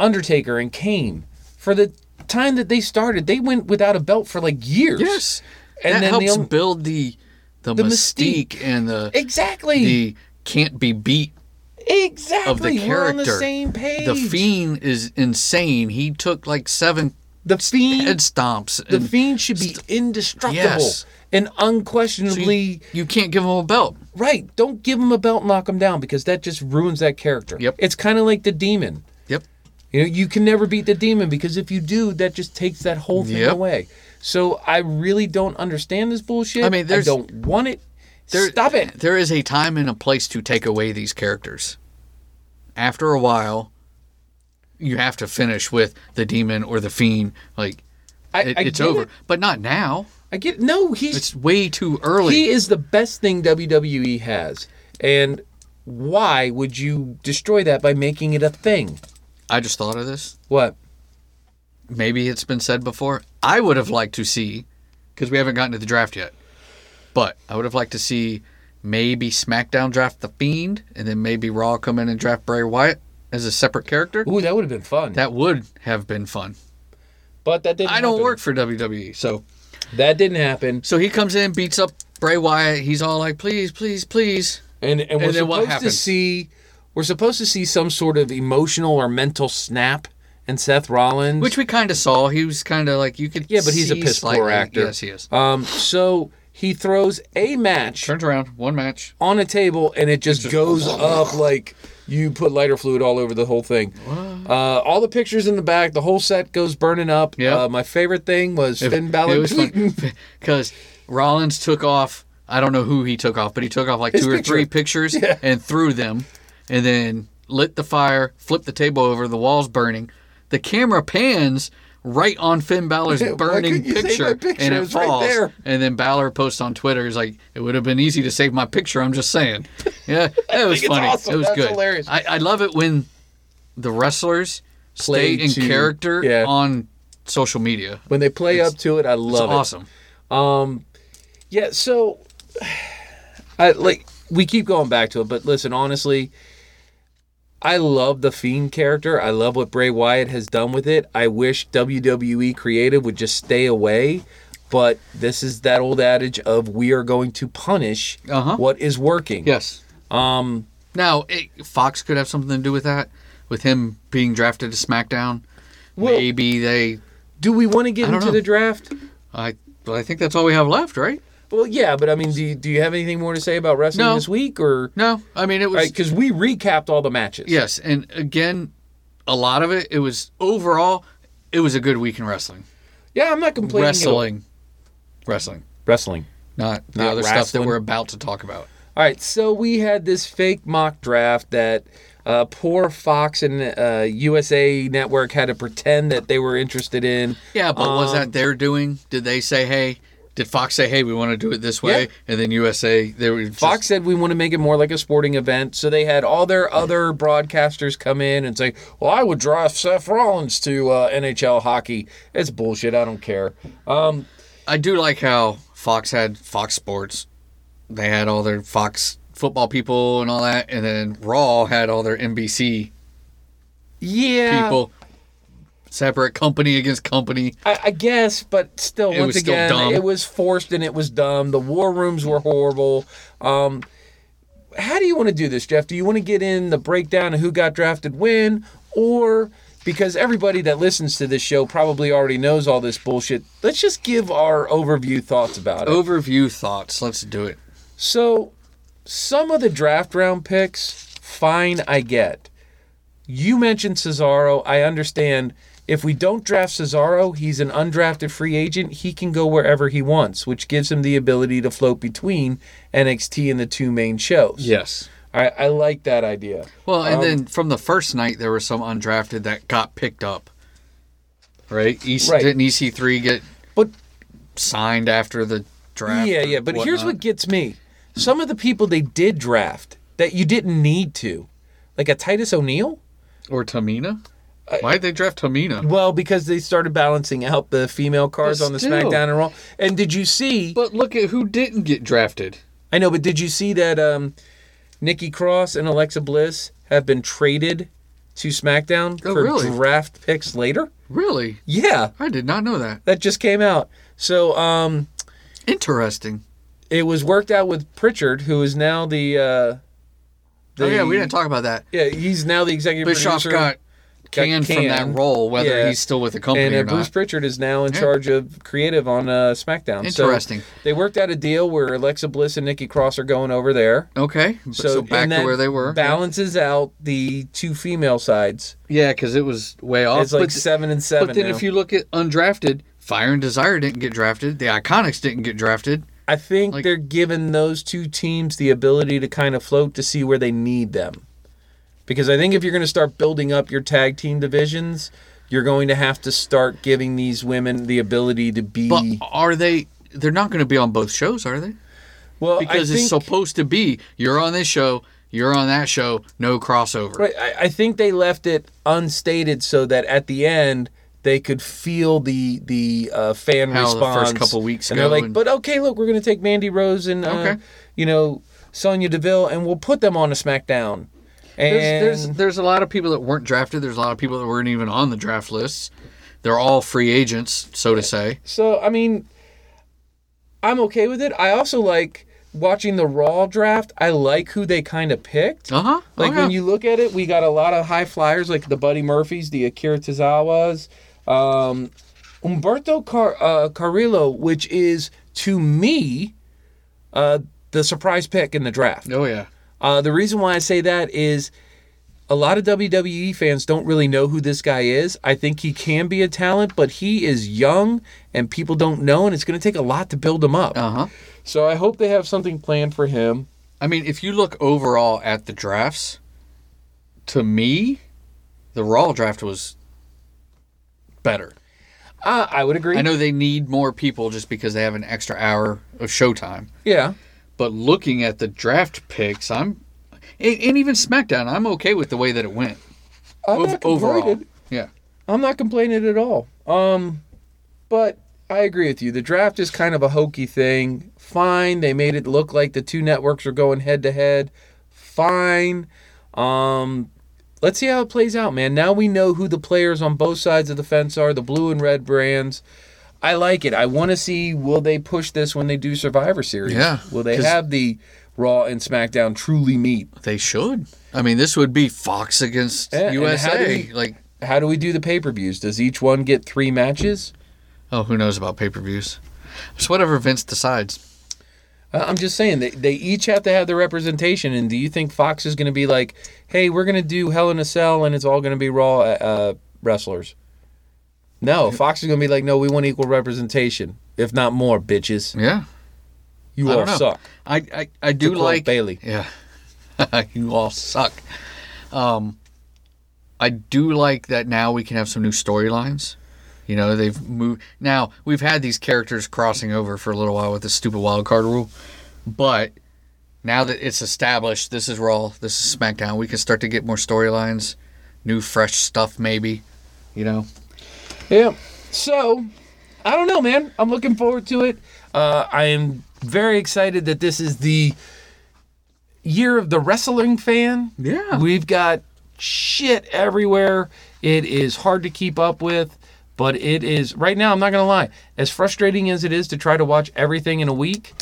Speaker 1: Undertaker and Kane. For the time that they started, they went without a belt for like years.
Speaker 3: yes,
Speaker 1: And
Speaker 3: that
Speaker 1: then
Speaker 3: helps
Speaker 1: the only-
Speaker 3: build the the,
Speaker 1: The
Speaker 3: mystique,
Speaker 1: mystique.
Speaker 3: and the
Speaker 1: Exactly.
Speaker 3: the can't be beat
Speaker 1: exactly.
Speaker 3: of the character.
Speaker 1: We're on the same page.
Speaker 3: The fiend is insane. He took like seven
Speaker 1: The fiend.
Speaker 3: head stomps.
Speaker 1: the
Speaker 3: and-
Speaker 1: fiend should be indestructible
Speaker 3: Yes.
Speaker 1: and
Speaker 3: So you-
Speaker 1: unquestionably
Speaker 3: you can't give him a belt.
Speaker 1: right. Don't give him a belt, and knock him down because that just ruins that character.
Speaker 3: Yep.
Speaker 1: It's kind of like the demon.
Speaker 3: Yep.
Speaker 1: You know, you can never beat the demon because if you do, that just takes that whole thing
Speaker 3: Yep.
Speaker 1: away. So I really don't understand this bullshit.
Speaker 3: I mean, there's-
Speaker 1: don't want it.
Speaker 3: There-
Speaker 1: Stop it.
Speaker 3: There is a time and a place to take away these characters. After a while, you have to finish with the demon or the fiend. Like
Speaker 1: I,
Speaker 3: it-
Speaker 1: I
Speaker 3: it's
Speaker 1: get
Speaker 3: over,
Speaker 1: it.
Speaker 3: but not now.
Speaker 1: I get no. He's
Speaker 3: It's way too early.
Speaker 1: he is the best thing WWE has, and why would you destroy that by making it a thing?
Speaker 3: I just thought of this.
Speaker 1: What?
Speaker 3: Maybe it's been said before. I would have liked to see, because we haven't gotten to the draft yet. But I would have liked to see maybe SmackDown draft the Fiend, and then maybe Raw come in and draft Bray Wyatt as a separate character.
Speaker 1: Ooh, that would have been fun.
Speaker 3: That would have been fun.
Speaker 1: but that didn't.
Speaker 3: I don't
Speaker 1: happen.
Speaker 3: work for WWE, so
Speaker 1: That didn't happen.
Speaker 3: so he comes in, beats up Bray Wyatt. He's all like, "Please, please, please."
Speaker 1: And and we're
Speaker 3: And then what
Speaker 1: supposed to
Speaker 3: happens?
Speaker 1: see we're supposed to see some sort of emotional or mental snap in Seth Rollins.
Speaker 3: Which we kind of saw. He was kind of like you could.
Speaker 1: Yeah, but he's a
Speaker 3: see
Speaker 1: piss poor
Speaker 3: slightly-
Speaker 1: actor.
Speaker 3: Yes, he is.
Speaker 1: Um, so he throws a match
Speaker 3: Turns around, one match.
Speaker 1: on a table and it just, goes up like you put lighter fluid all over the whole thing. Uh, all the pictures in the back, the whole set goes burning up.
Speaker 3: Yeah.
Speaker 1: Uh, my favorite thing was Finn Balor tweeting.
Speaker 3: (laughs) because Rollins took off. I don't know who he took off, but he took off like
Speaker 1: His
Speaker 3: two or
Speaker 1: picture.
Speaker 3: three pictures and threw them, and then lit the fire, flipped the table over, the walls burning. The camera pans right on Finn
Speaker 1: (laughs)
Speaker 3: Balor's
Speaker 1: why
Speaker 3: burning
Speaker 1: couldn't you save my
Speaker 3: picture,
Speaker 1: picture?
Speaker 3: and
Speaker 1: It
Speaker 3: it
Speaker 1: was right
Speaker 3: falls.
Speaker 1: there.
Speaker 3: And then Balor posts on Twitter, he's like, "It would have been easy to save my picture." I'm just saying.
Speaker 1: (laughs)
Speaker 3: Yeah, that was
Speaker 1: it's
Speaker 3: funny.
Speaker 1: awesome.
Speaker 3: It was
Speaker 1: That's
Speaker 3: good.
Speaker 1: hilarious.
Speaker 3: I, I love it when the wrestlers
Speaker 1: Play
Speaker 3: stay in
Speaker 1: to-
Speaker 3: character
Speaker 1: yeah.
Speaker 3: on social media.
Speaker 1: (laughs) When they play up to it, I
Speaker 3: It's
Speaker 1: love it.
Speaker 3: awesome.
Speaker 1: Yeah, so (sighs) I like we keep going back to it, but listen, honestly, I love the Fiend character. I love what Bray Wyatt has done with it. I wish WWE creative would just stay away, but this is that old adage of we are going to punish
Speaker 3: Uh-huh.
Speaker 1: what is working.
Speaker 3: Yes.
Speaker 1: Um
Speaker 3: Now, it, Fox could have something to do with that, with him being drafted to SmackDown.
Speaker 1: Well-
Speaker 3: Maybe they.
Speaker 1: do we want to get
Speaker 3: don't
Speaker 1: into
Speaker 3: know.
Speaker 1: the draft?
Speaker 3: I. But I think that's all we have left, right?
Speaker 1: Well, yeah, but I mean, do you, do you have anything more to say about wrestling
Speaker 3: No.
Speaker 1: this week or
Speaker 3: No, I mean it was.
Speaker 1: right cuz we recapped all the matches.
Speaker 3: Yes, and again, a lot of it. It was overall, it was a good week in wrestling.
Speaker 1: Yeah, I'm not complaining. at all.
Speaker 3: Wrestling, wrestling,
Speaker 1: Wrestling.
Speaker 3: not the
Speaker 1: Not
Speaker 3: other stuff that
Speaker 1: wrestling.
Speaker 3: we're about to talk about.
Speaker 1: All right, so we had this fake mock draft that uh, poor Fox and uh, USA Network had to pretend that they were interested in.
Speaker 3: Yeah, but was
Speaker 1: Um,
Speaker 3: that their doing? Did they say, "Hey"? Did Fox say, "Hey, we want to do it this way"?
Speaker 1: Yeah.
Speaker 3: And then USA, they were just,
Speaker 1: Fox said we want to make it more like a sporting event, so they had all their other broadcasters come in and say, "Well, I would draft Seth Rollins to uh, NHL hockey." It's bullshit. I don't care. Um,
Speaker 3: I do like how Fox had Fox Sports. They had all their Fox football people and all that, and then Raw had all their NBC
Speaker 1: yeah,
Speaker 3: people. separate company against company.
Speaker 1: I, I guess, but still,
Speaker 3: It
Speaker 1: once
Speaker 3: was still
Speaker 1: again,
Speaker 3: dumb.
Speaker 1: it was forced and it was dumb. The war rooms were horrible. Um, how do you want to do this, Jeff? Do you want to get in the breakdown of who got drafted when, or because everybody that listens to this show probably already knows all this bullshit? Let's just give our overview thoughts about it.
Speaker 3: Overview thoughts. Let's do it.
Speaker 1: So, some of the draft round picks, fine, I get. You mentioned Cesaro. I understand. If we don't draft Cesaro, he's an undrafted free agent. He can go wherever he wants, which gives him the ability to float between NXT and the two main shows.
Speaker 3: Yes. Um,
Speaker 1: I, I like that idea.
Speaker 3: Well, and then from the first night, there were some undrafted that got picked up. Right? EC,
Speaker 1: Right.
Speaker 3: Didn't EC3 get
Speaker 1: But
Speaker 3: signed after the draft?
Speaker 1: yeah,
Speaker 3: or
Speaker 1: yeah. But here's
Speaker 3: whatnot?
Speaker 1: what gets me: some of the people they did draft that you didn't need to, like a Titus O'Neil.
Speaker 3: Or Tamina? Why'd they draft Tamina?
Speaker 1: Well, because they started balancing out the female cards
Speaker 3: But
Speaker 1: on the
Speaker 3: still.
Speaker 1: SmackDown and Raw. And did you see?
Speaker 3: But look at who didn't get drafted.
Speaker 1: I know, but did you see that um, Nikki Cross and Alexa Bliss have been traded to SmackDown
Speaker 3: Oh,
Speaker 1: for
Speaker 3: really?
Speaker 1: draft picks later?
Speaker 3: Really?
Speaker 1: Yeah,
Speaker 3: I did not know that.
Speaker 1: that just came out. So um,
Speaker 3: Interesting.
Speaker 1: it was worked out with Pritchard, who is now the. Uh, the
Speaker 3: oh, yeah, we didn't talk about that.
Speaker 1: Yeah, he's now the executive
Speaker 3: Bischoff
Speaker 1: producer.
Speaker 3: got canned, from that
Speaker 1: canned.
Speaker 3: role, whether
Speaker 1: Yeah.
Speaker 3: he's still with the company
Speaker 1: and
Speaker 3: or
Speaker 1: uh,
Speaker 3: not.
Speaker 1: Bruce Pritchard is now in charge of creative on uh, SmackDown. So
Speaker 3: Interesting.
Speaker 1: they worked out a deal where Alexa Bliss and Nikki Cross are going over there.
Speaker 3: okay, so, so back
Speaker 1: and
Speaker 3: to
Speaker 1: that
Speaker 3: where they were.
Speaker 1: Balances out the two female sides.
Speaker 3: yeah, because it was way off.
Speaker 1: It's like
Speaker 3: Uh, but,
Speaker 1: seven and seven.
Speaker 3: but then
Speaker 1: now.
Speaker 3: if you look at undrafted, Fire and Desire didn't get drafted. The Iconics didn't get drafted.
Speaker 1: I think
Speaker 3: like-
Speaker 1: they're giving those two teams the ability to kind of float to see where they need them. Because I think if you're going to start building up your tag team divisions, you're going to have to start giving these women the ability to be.
Speaker 3: But are they? They're not going to be on both shows, are they?
Speaker 1: well,
Speaker 3: Because
Speaker 1: I think,
Speaker 3: it's supposed to be you're on this show, you're on that show, no crossover.
Speaker 1: Right. I, I think they left it unstated so that at the end they could feel the the uh, fan
Speaker 3: How the first
Speaker 1: response.
Speaker 3: couple weeks
Speaker 1: and
Speaker 3: go
Speaker 1: they're like,
Speaker 3: and-
Speaker 1: but okay, look, we're going to take Mandy Rose and uh,
Speaker 3: Okay.
Speaker 1: you know Sonya Deville, and we'll put them on a SmackDown. And
Speaker 3: There's, there's there's a lot of people that weren't drafted. There's a lot of people that weren't even on the draft lists. They're all free agents, so to say.
Speaker 1: so I mean, I'm okay with it. I also like watching the Raw draft. I like who they kind of picked.
Speaker 3: Uh huh.
Speaker 1: Like when you look at it, we got a lot of high flyers like the Buddy Murphys, the Akira Tozawas, um, Umberto Car- uh, Carrillo, which is to me uh, the surprise pick in the draft.
Speaker 3: Oh yeah.
Speaker 1: Uh, the reason why I say that is a lot of WWE fans don't really know who this guy is. I think he can be a talent, but he is young and people don't know, and it's going to take a lot to build him up.
Speaker 3: Uh huh.
Speaker 1: So I hope they have something planned for him.
Speaker 3: I mean, if you look overall at the drafts, to me, the Raw draft was better.
Speaker 1: Uh, I would agree.
Speaker 3: I know they need more people just because they have an extra hour of showtime.
Speaker 1: Yeah.
Speaker 3: But looking at the draft picks, I'm and, and even SmackDown, I'm okay with the way that it went
Speaker 1: I'm
Speaker 3: ov-
Speaker 1: not
Speaker 3: overall.
Speaker 1: complaining.
Speaker 3: Yeah.
Speaker 1: I'm not complaining at all. Um, but I agree with you. The draft is kind of a hokey thing. Fine, they made it look like the two networks are going head to head. Fine. Um, let's see how it plays out, man. Now we know who the players on both sides of the fence are, the blue and red brands. I like it. I want to see will they push this when they do Survivor Series?
Speaker 3: Yeah,
Speaker 1: Will they
Speaker 3: 'cause-
Speaker 1: have the Raw and SmackDown truly meet?
Speaker 3: They should. I mean, this would be Fox against
Speaker 1: Yeah, and how do
Speaker 3: USA.
Speaker 1: we-
Speaker 3: like,
Speaker 1: How do we do the pay per views? Does each one get three matches?
Speaker 3: oh, who knows about pay per views? It's whatever Vince decides.
Speaker 1: Uh, I'm just saying they, they each have to have their representation. And do you think Fox is going to be like, "Hey, we're going to do Hell in a Cell, and it's all going to be Raw uh, wrestlers"? No, Fox is going to be like, "No, we want equal representation, if not more, bitches.
Speaker 3: Yeah.
Speaker 1: You
Speaker 3: I
Speaker 1: all
Speaker 3: don't know.
Speaker 1: suck."
Speaker 3: I, I, I do
Speaker 1: To quote
Speaker 3: like
Speaker 1: Bailey.
Speaker 3: (laughs) Yeah, you all suck. Um, I do like that now we can have some new storylines. You know, they've moved. Now we've had these characters crossing over for a little while with the stupid wild card rule, but now that it's established, this is Raw, this is SmackDown. We can start to get more storylines, new fresh stuff, maybe. You know,
Speaker 1: Yeah. So, I don't know, man. I'm looking forward to it. Uh, I am very excited that this is the year of the wrestling fan.
Speaker 3: Yeah.
Speaker 1: We've got shit everywhere. It is hard to keep up with, but it is right now. I'm not gonna lie. As frustrating as it is to try to watch everything in a week,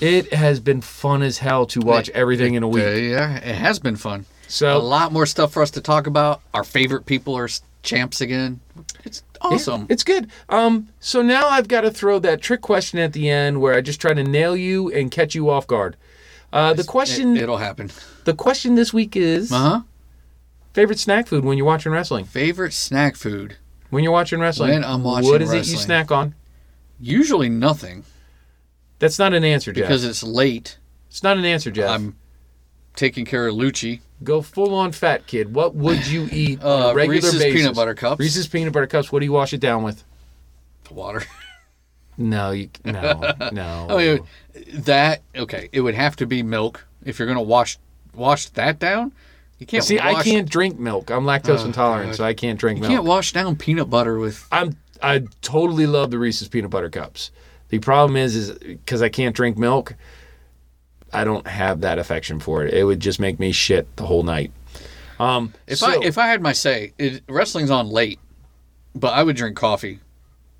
Speaker 1: it has been fun as hell to watch everything in a
Speaker 3: Uh,
Speaker 1: week.
Speaker 3: yeah, it has been fun. a
Speaker 1: So
Speaker 3: lot more stuff for us to talk about. Our favorite people are s- champs again. It's awesome.
Speaker 1: It's good. Um, so now I've got to throw that trick question at the end where I just try to nail you and catch you off guard. Uh, the question,
Speaker 3: it, will happen.
Speaker 1: the question this week is
Speaker 3: Uh huh.
Speaker 1: favorite snack food when you're watching wrestling.
Speaker 3: Favorite snack food?
Speaker 1: When you're watching wrestling,
Speaker 3: When I'm watching
Speaker 1: what is it you
Speaker 3: wrestling.
Speaker 1: snack on?
Speaker 3: Usually nothing
Speaker 1: That's not an answer, Jeff.
Speaker 3: because it's late.
Speaker 1: it's not an answer, Jeff.
Speaker 3: I'm taking care of Lucci.
Speaker 1: Go full on fat kid. What would
Speaker 3: (laughs)
Speaker 1: you eat on
Speaker 3: Uh,
Speaker 1: a regular
Speaker 3: Reese's
Speaker 1: basis?
Speaker 3: peanut butter cups.
Speaker 1: Reese's peanut butter cups. What do you wash it down with?
Speaker 3: The water. (laughs)
Speaker 1: No, you no no.
Speaker 3: Oh, yeah. That okay. It would have to be milk if you're gonna wash wash that down. You can't
Speaker 1: See,
Speaker 3: wash, Oh,
Speaker 1: I can't drink milk. I'm lactose intolerant, so I can't drink
Speaker 3: You
Speaker 1: milk.
Speaker 3: can't wash down peanut butter with.
Speaker 1: I'm I totally love the Reese's peanut butter cups. The problem is is because I can't drink milk, I don't have that affection for it. It would just make me shit the whole night. Um,
Speaker 3: If
Speaker 1: so-
Speaker 3: I if I had my say, it, wrestling's on late, but I would drink coffee,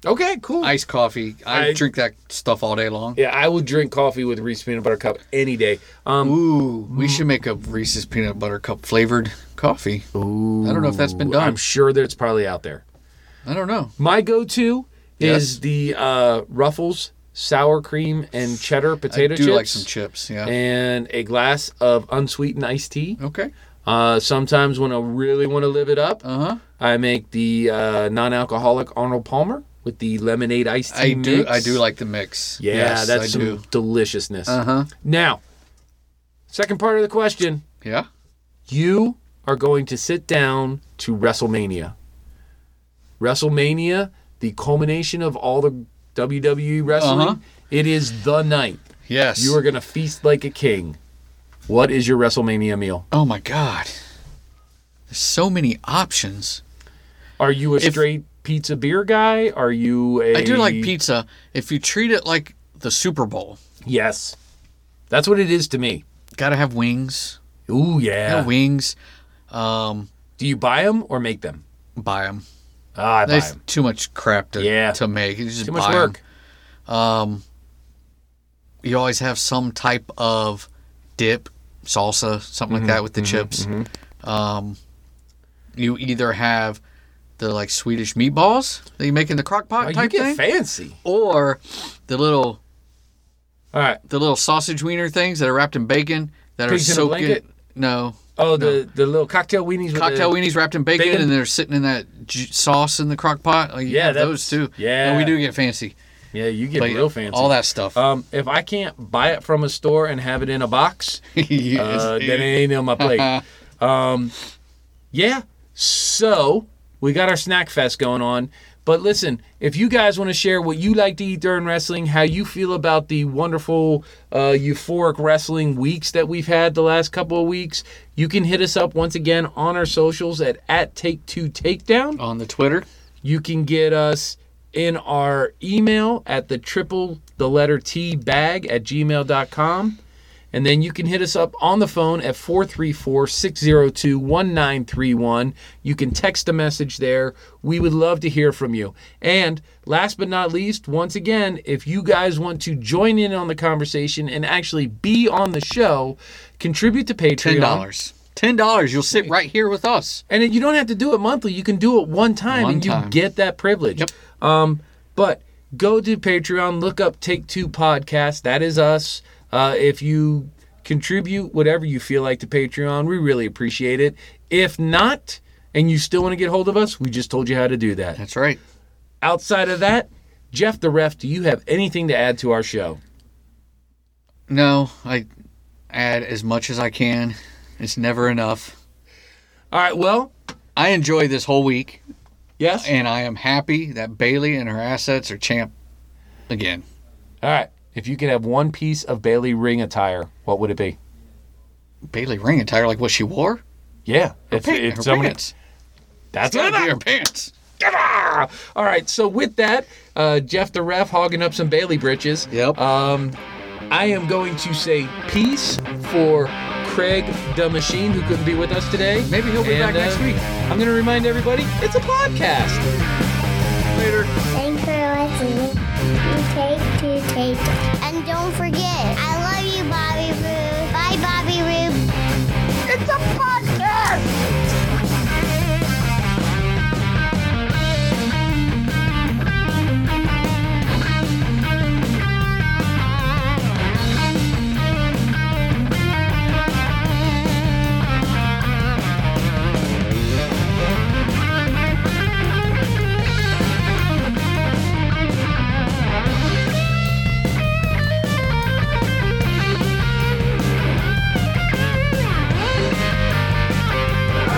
Speaker 1: okay, cool.
Speaker 3: iced coffee. I,
Speaker 1: I-
Speaker 3: drink that stuff all day long.
Speaker 1: yeah, I would drink coffee with Reese's peanut butter cup any day. Um,
Speaker 3: Ooh, we should make a Reese's peanut butter cup flavored coffee. Ooh, I don't know if that's been done.
Speaker 1: I'm sure that it's probably out there.
Speaker 3: I don't know.
Speaker 1: My go-to
Speaker 3: Yes.
Speaker 1: is the uh, Ruffles sour cream and cheddar potato
Speaker 3: I do
Speaker 1: chips
Speaker 3: like some chips. Yeah.
Speaker 1: and a glass of unsweetened iced tea.
Speaker 3: okay.
Speaker 1: Uh, sometimes when I really want to live it up,
Speaker 3: Uh huh.
Speaker 1: I make the uh, non-alcoholic Arnold Palmer with the lemonade iced tea
Speaker 3: I do.
Speaker 1: mix.
Speaker 3: I do like the mix.
Speaker 1: Yeah,
Speaker 3: Yes,
Speaker 1: that's
Speaker 3: I
Speaker 1: some
Speaker 3: do.
Speaker 1: deliciousness.
Speaker 3: Uh huh.
Speaker 1: Now, second part of the question:
Speaker 3: Yeah.
Speaker 1: You are going to sit down to WrestleMania. WrestleMania, the culmination of all the WWE wrestling.
Speaker 3: Uh-huh.
Speaker 1: It is the night.
Speaker 3: Yes.
Speaker 1: You are going to feast like a king. What is your WrestleMania meal?
Speaker 3: Oh my God. There's so many options.
Speaker 1: Are you a
Speaker 3: If-
Speaker 1: straight pizza beer guy? Are you a
Speaker 3: I do like pizza. If you treat it like the Super Bowl,
Speaker 1: Yes. That's what it is to me.
Speaker 3: gotta have wings.
Speaker 1: Ooh, yeah.
Speaker 3: Gotta have wings. Um,
Speaker 1: Do you buy them or make them?
Speaker 3: buy them.
Speaker 1: Ah, I buy
Speaker 3: There's
Speaker 1: them.
Speaker 3: too much crap to
Speaker 1: Yeah.
Speaker 3: to make. You just
Speaker 1: Too much
Speaker 3: buy 'em.
Speaker 1: work.
Speaker 3: You always have some type of dip, salsa, something
Speaker 1: Mm-hmm.
Speaker 3: like that with the chips. Um, you either have the like Swedish meatballs that you make in the crock pot
Speaker 1: Oh, you
Speaker 3: type
Speaker 1: get
Speaker 3: thing,
Speaker 1: fancy.
Speaker 3: or the little
Speaker 1: All right.
Speaker 3: the little sausage wiener things that are wrapped in bacon that
Speaker 1: Pigs in
Speaker 3: are
Speaker 1: a
Speaker 3: soaking.
Speaker 1: blanket?
Speaker 3: No,
Speaker 1: Oh, the, the little cocktail weenies.
Speaker 3: cocktail
Speaker 1: with
Speaker 3: weenies wrapped in bacon,
Speaker 1: bacon?
Speaker 3: and they're sitting in that ju- sauce in the crock pot. Like,
Speaker 1: Yeah,
Speaker 3: yeah, those
Speaker 1: that's-
Speaker 3: too.
Speaker 1: yeah.
Speaker 3: and we do get fancy,
Speaker 1: the, Yeah, you get
Speaker 3: but
Speaker 1: real fancy.
Speaker 3: all that stuff.
Speaker 1: Um, if I can't buy it from a store and have it in a
Speaker 3: (laughs)
Speaker 1: box,
Speaker 3: (laughs) Yes,
Speaker 1: uh,
Speaker 3: dude.
Speaker 1: then it ain't on my plate. um, yeah. So we got our snack fest going on. But listen, if you guys want to share what you like to eat during wrestling, how you feel about the wonderful, uh, euphoric wrestling weeks that we've had the last couple of weeks, you can hit us up once again on our socials at, at Take Two Takedown.
Speaker 3: on the Twitter.
Speaker 1: You can get us in our email at the triple the letter T bag at gmail.com. And then you can hit us up on the phone at 434 602 1931. You can text a message there. We would love to hear from you. And last but not least, once again, if you guys want to join in on the conversation and actually be on the show, contribute to Patreon.
Speaker 3: Ten dollars. Ten dollars. You'll sit right here with us.
Speaker 1: And it- you don't have to do it monthly. You can do it one time
Speaker 3: One
Speaker 1: and you
Speaker 3: time.
Speaker 1: get that privilege.
Speaker 3: Yep.
Speaker 1: Um, but go to Patreon, look up Take Two Podcast. That is us. Uh, if you contribute whatever you feel like to Patreon, we really appreciate it. If not, and you still want to get hold of us, we just told you how to do that.
Speaker 3: That's right.
Speaker 1: Outside of that, Jeff the Ref, do you have anything to add to our show?
Speaker 3: No, I add as much as I can. It's never enough.
Speaker 1: All right, well,
Speaker 3: I enjoy this whole week,
Speaker 1: yes.
Speaker 3: and I am happy that Bailey and her assets are champ again.
Speaker 1: All right. If you could have one piece of Bailey ring attire, what would it be?
Speaker 3: Bailey ring attire like what she wore.
Speaker 1: Yeah.
Speaker 3: Her
Speaker 1: if-
Speaker 3: pa-
Speaker 1: if
Speaker 3: her
Speaker 1: someone-
Speaker 3: pants.
Speaker 1: That's
Speaker 3: Gotta
Speaker 1: what
Speaker 3: be
Speaker 1: I
Speaker 3: her pants.
Speaker 1: Ah! All right. So with that, uh, Jeff the ref hogging up some Bailey britches.
Speaker 3: Yep.
Speaker 1: Um, I am going to say peace for Craig the Machine, who couldn't be with us today.
Speaker 3: Maybe he'll be
Speaker 1: And,
Speaker 3: back next
Speaker 1: uh,
Speaker 3: week.
Speaker 1: I'm going to remind everybody it's a podcast.
Speaker 3: Later.
Speaker 5: Thanks for listening. You take to take. And don't forget, I love you, Bobby Roo. Bye, Bobby Roo. It's a podcast!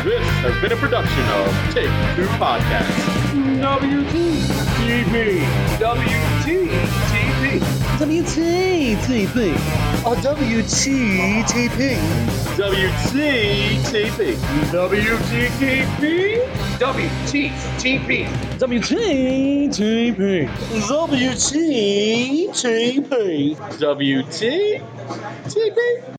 Speaker 2: This has been a production of Take Two Podcasts. WTTV. WTTV.
Speaker 6: WTTP. Or WTTP.
Speaker 2: WTTV. WTTV. WTTV.
Speaker 6: WTTP. WTTP.
Speaker 2: WTTV.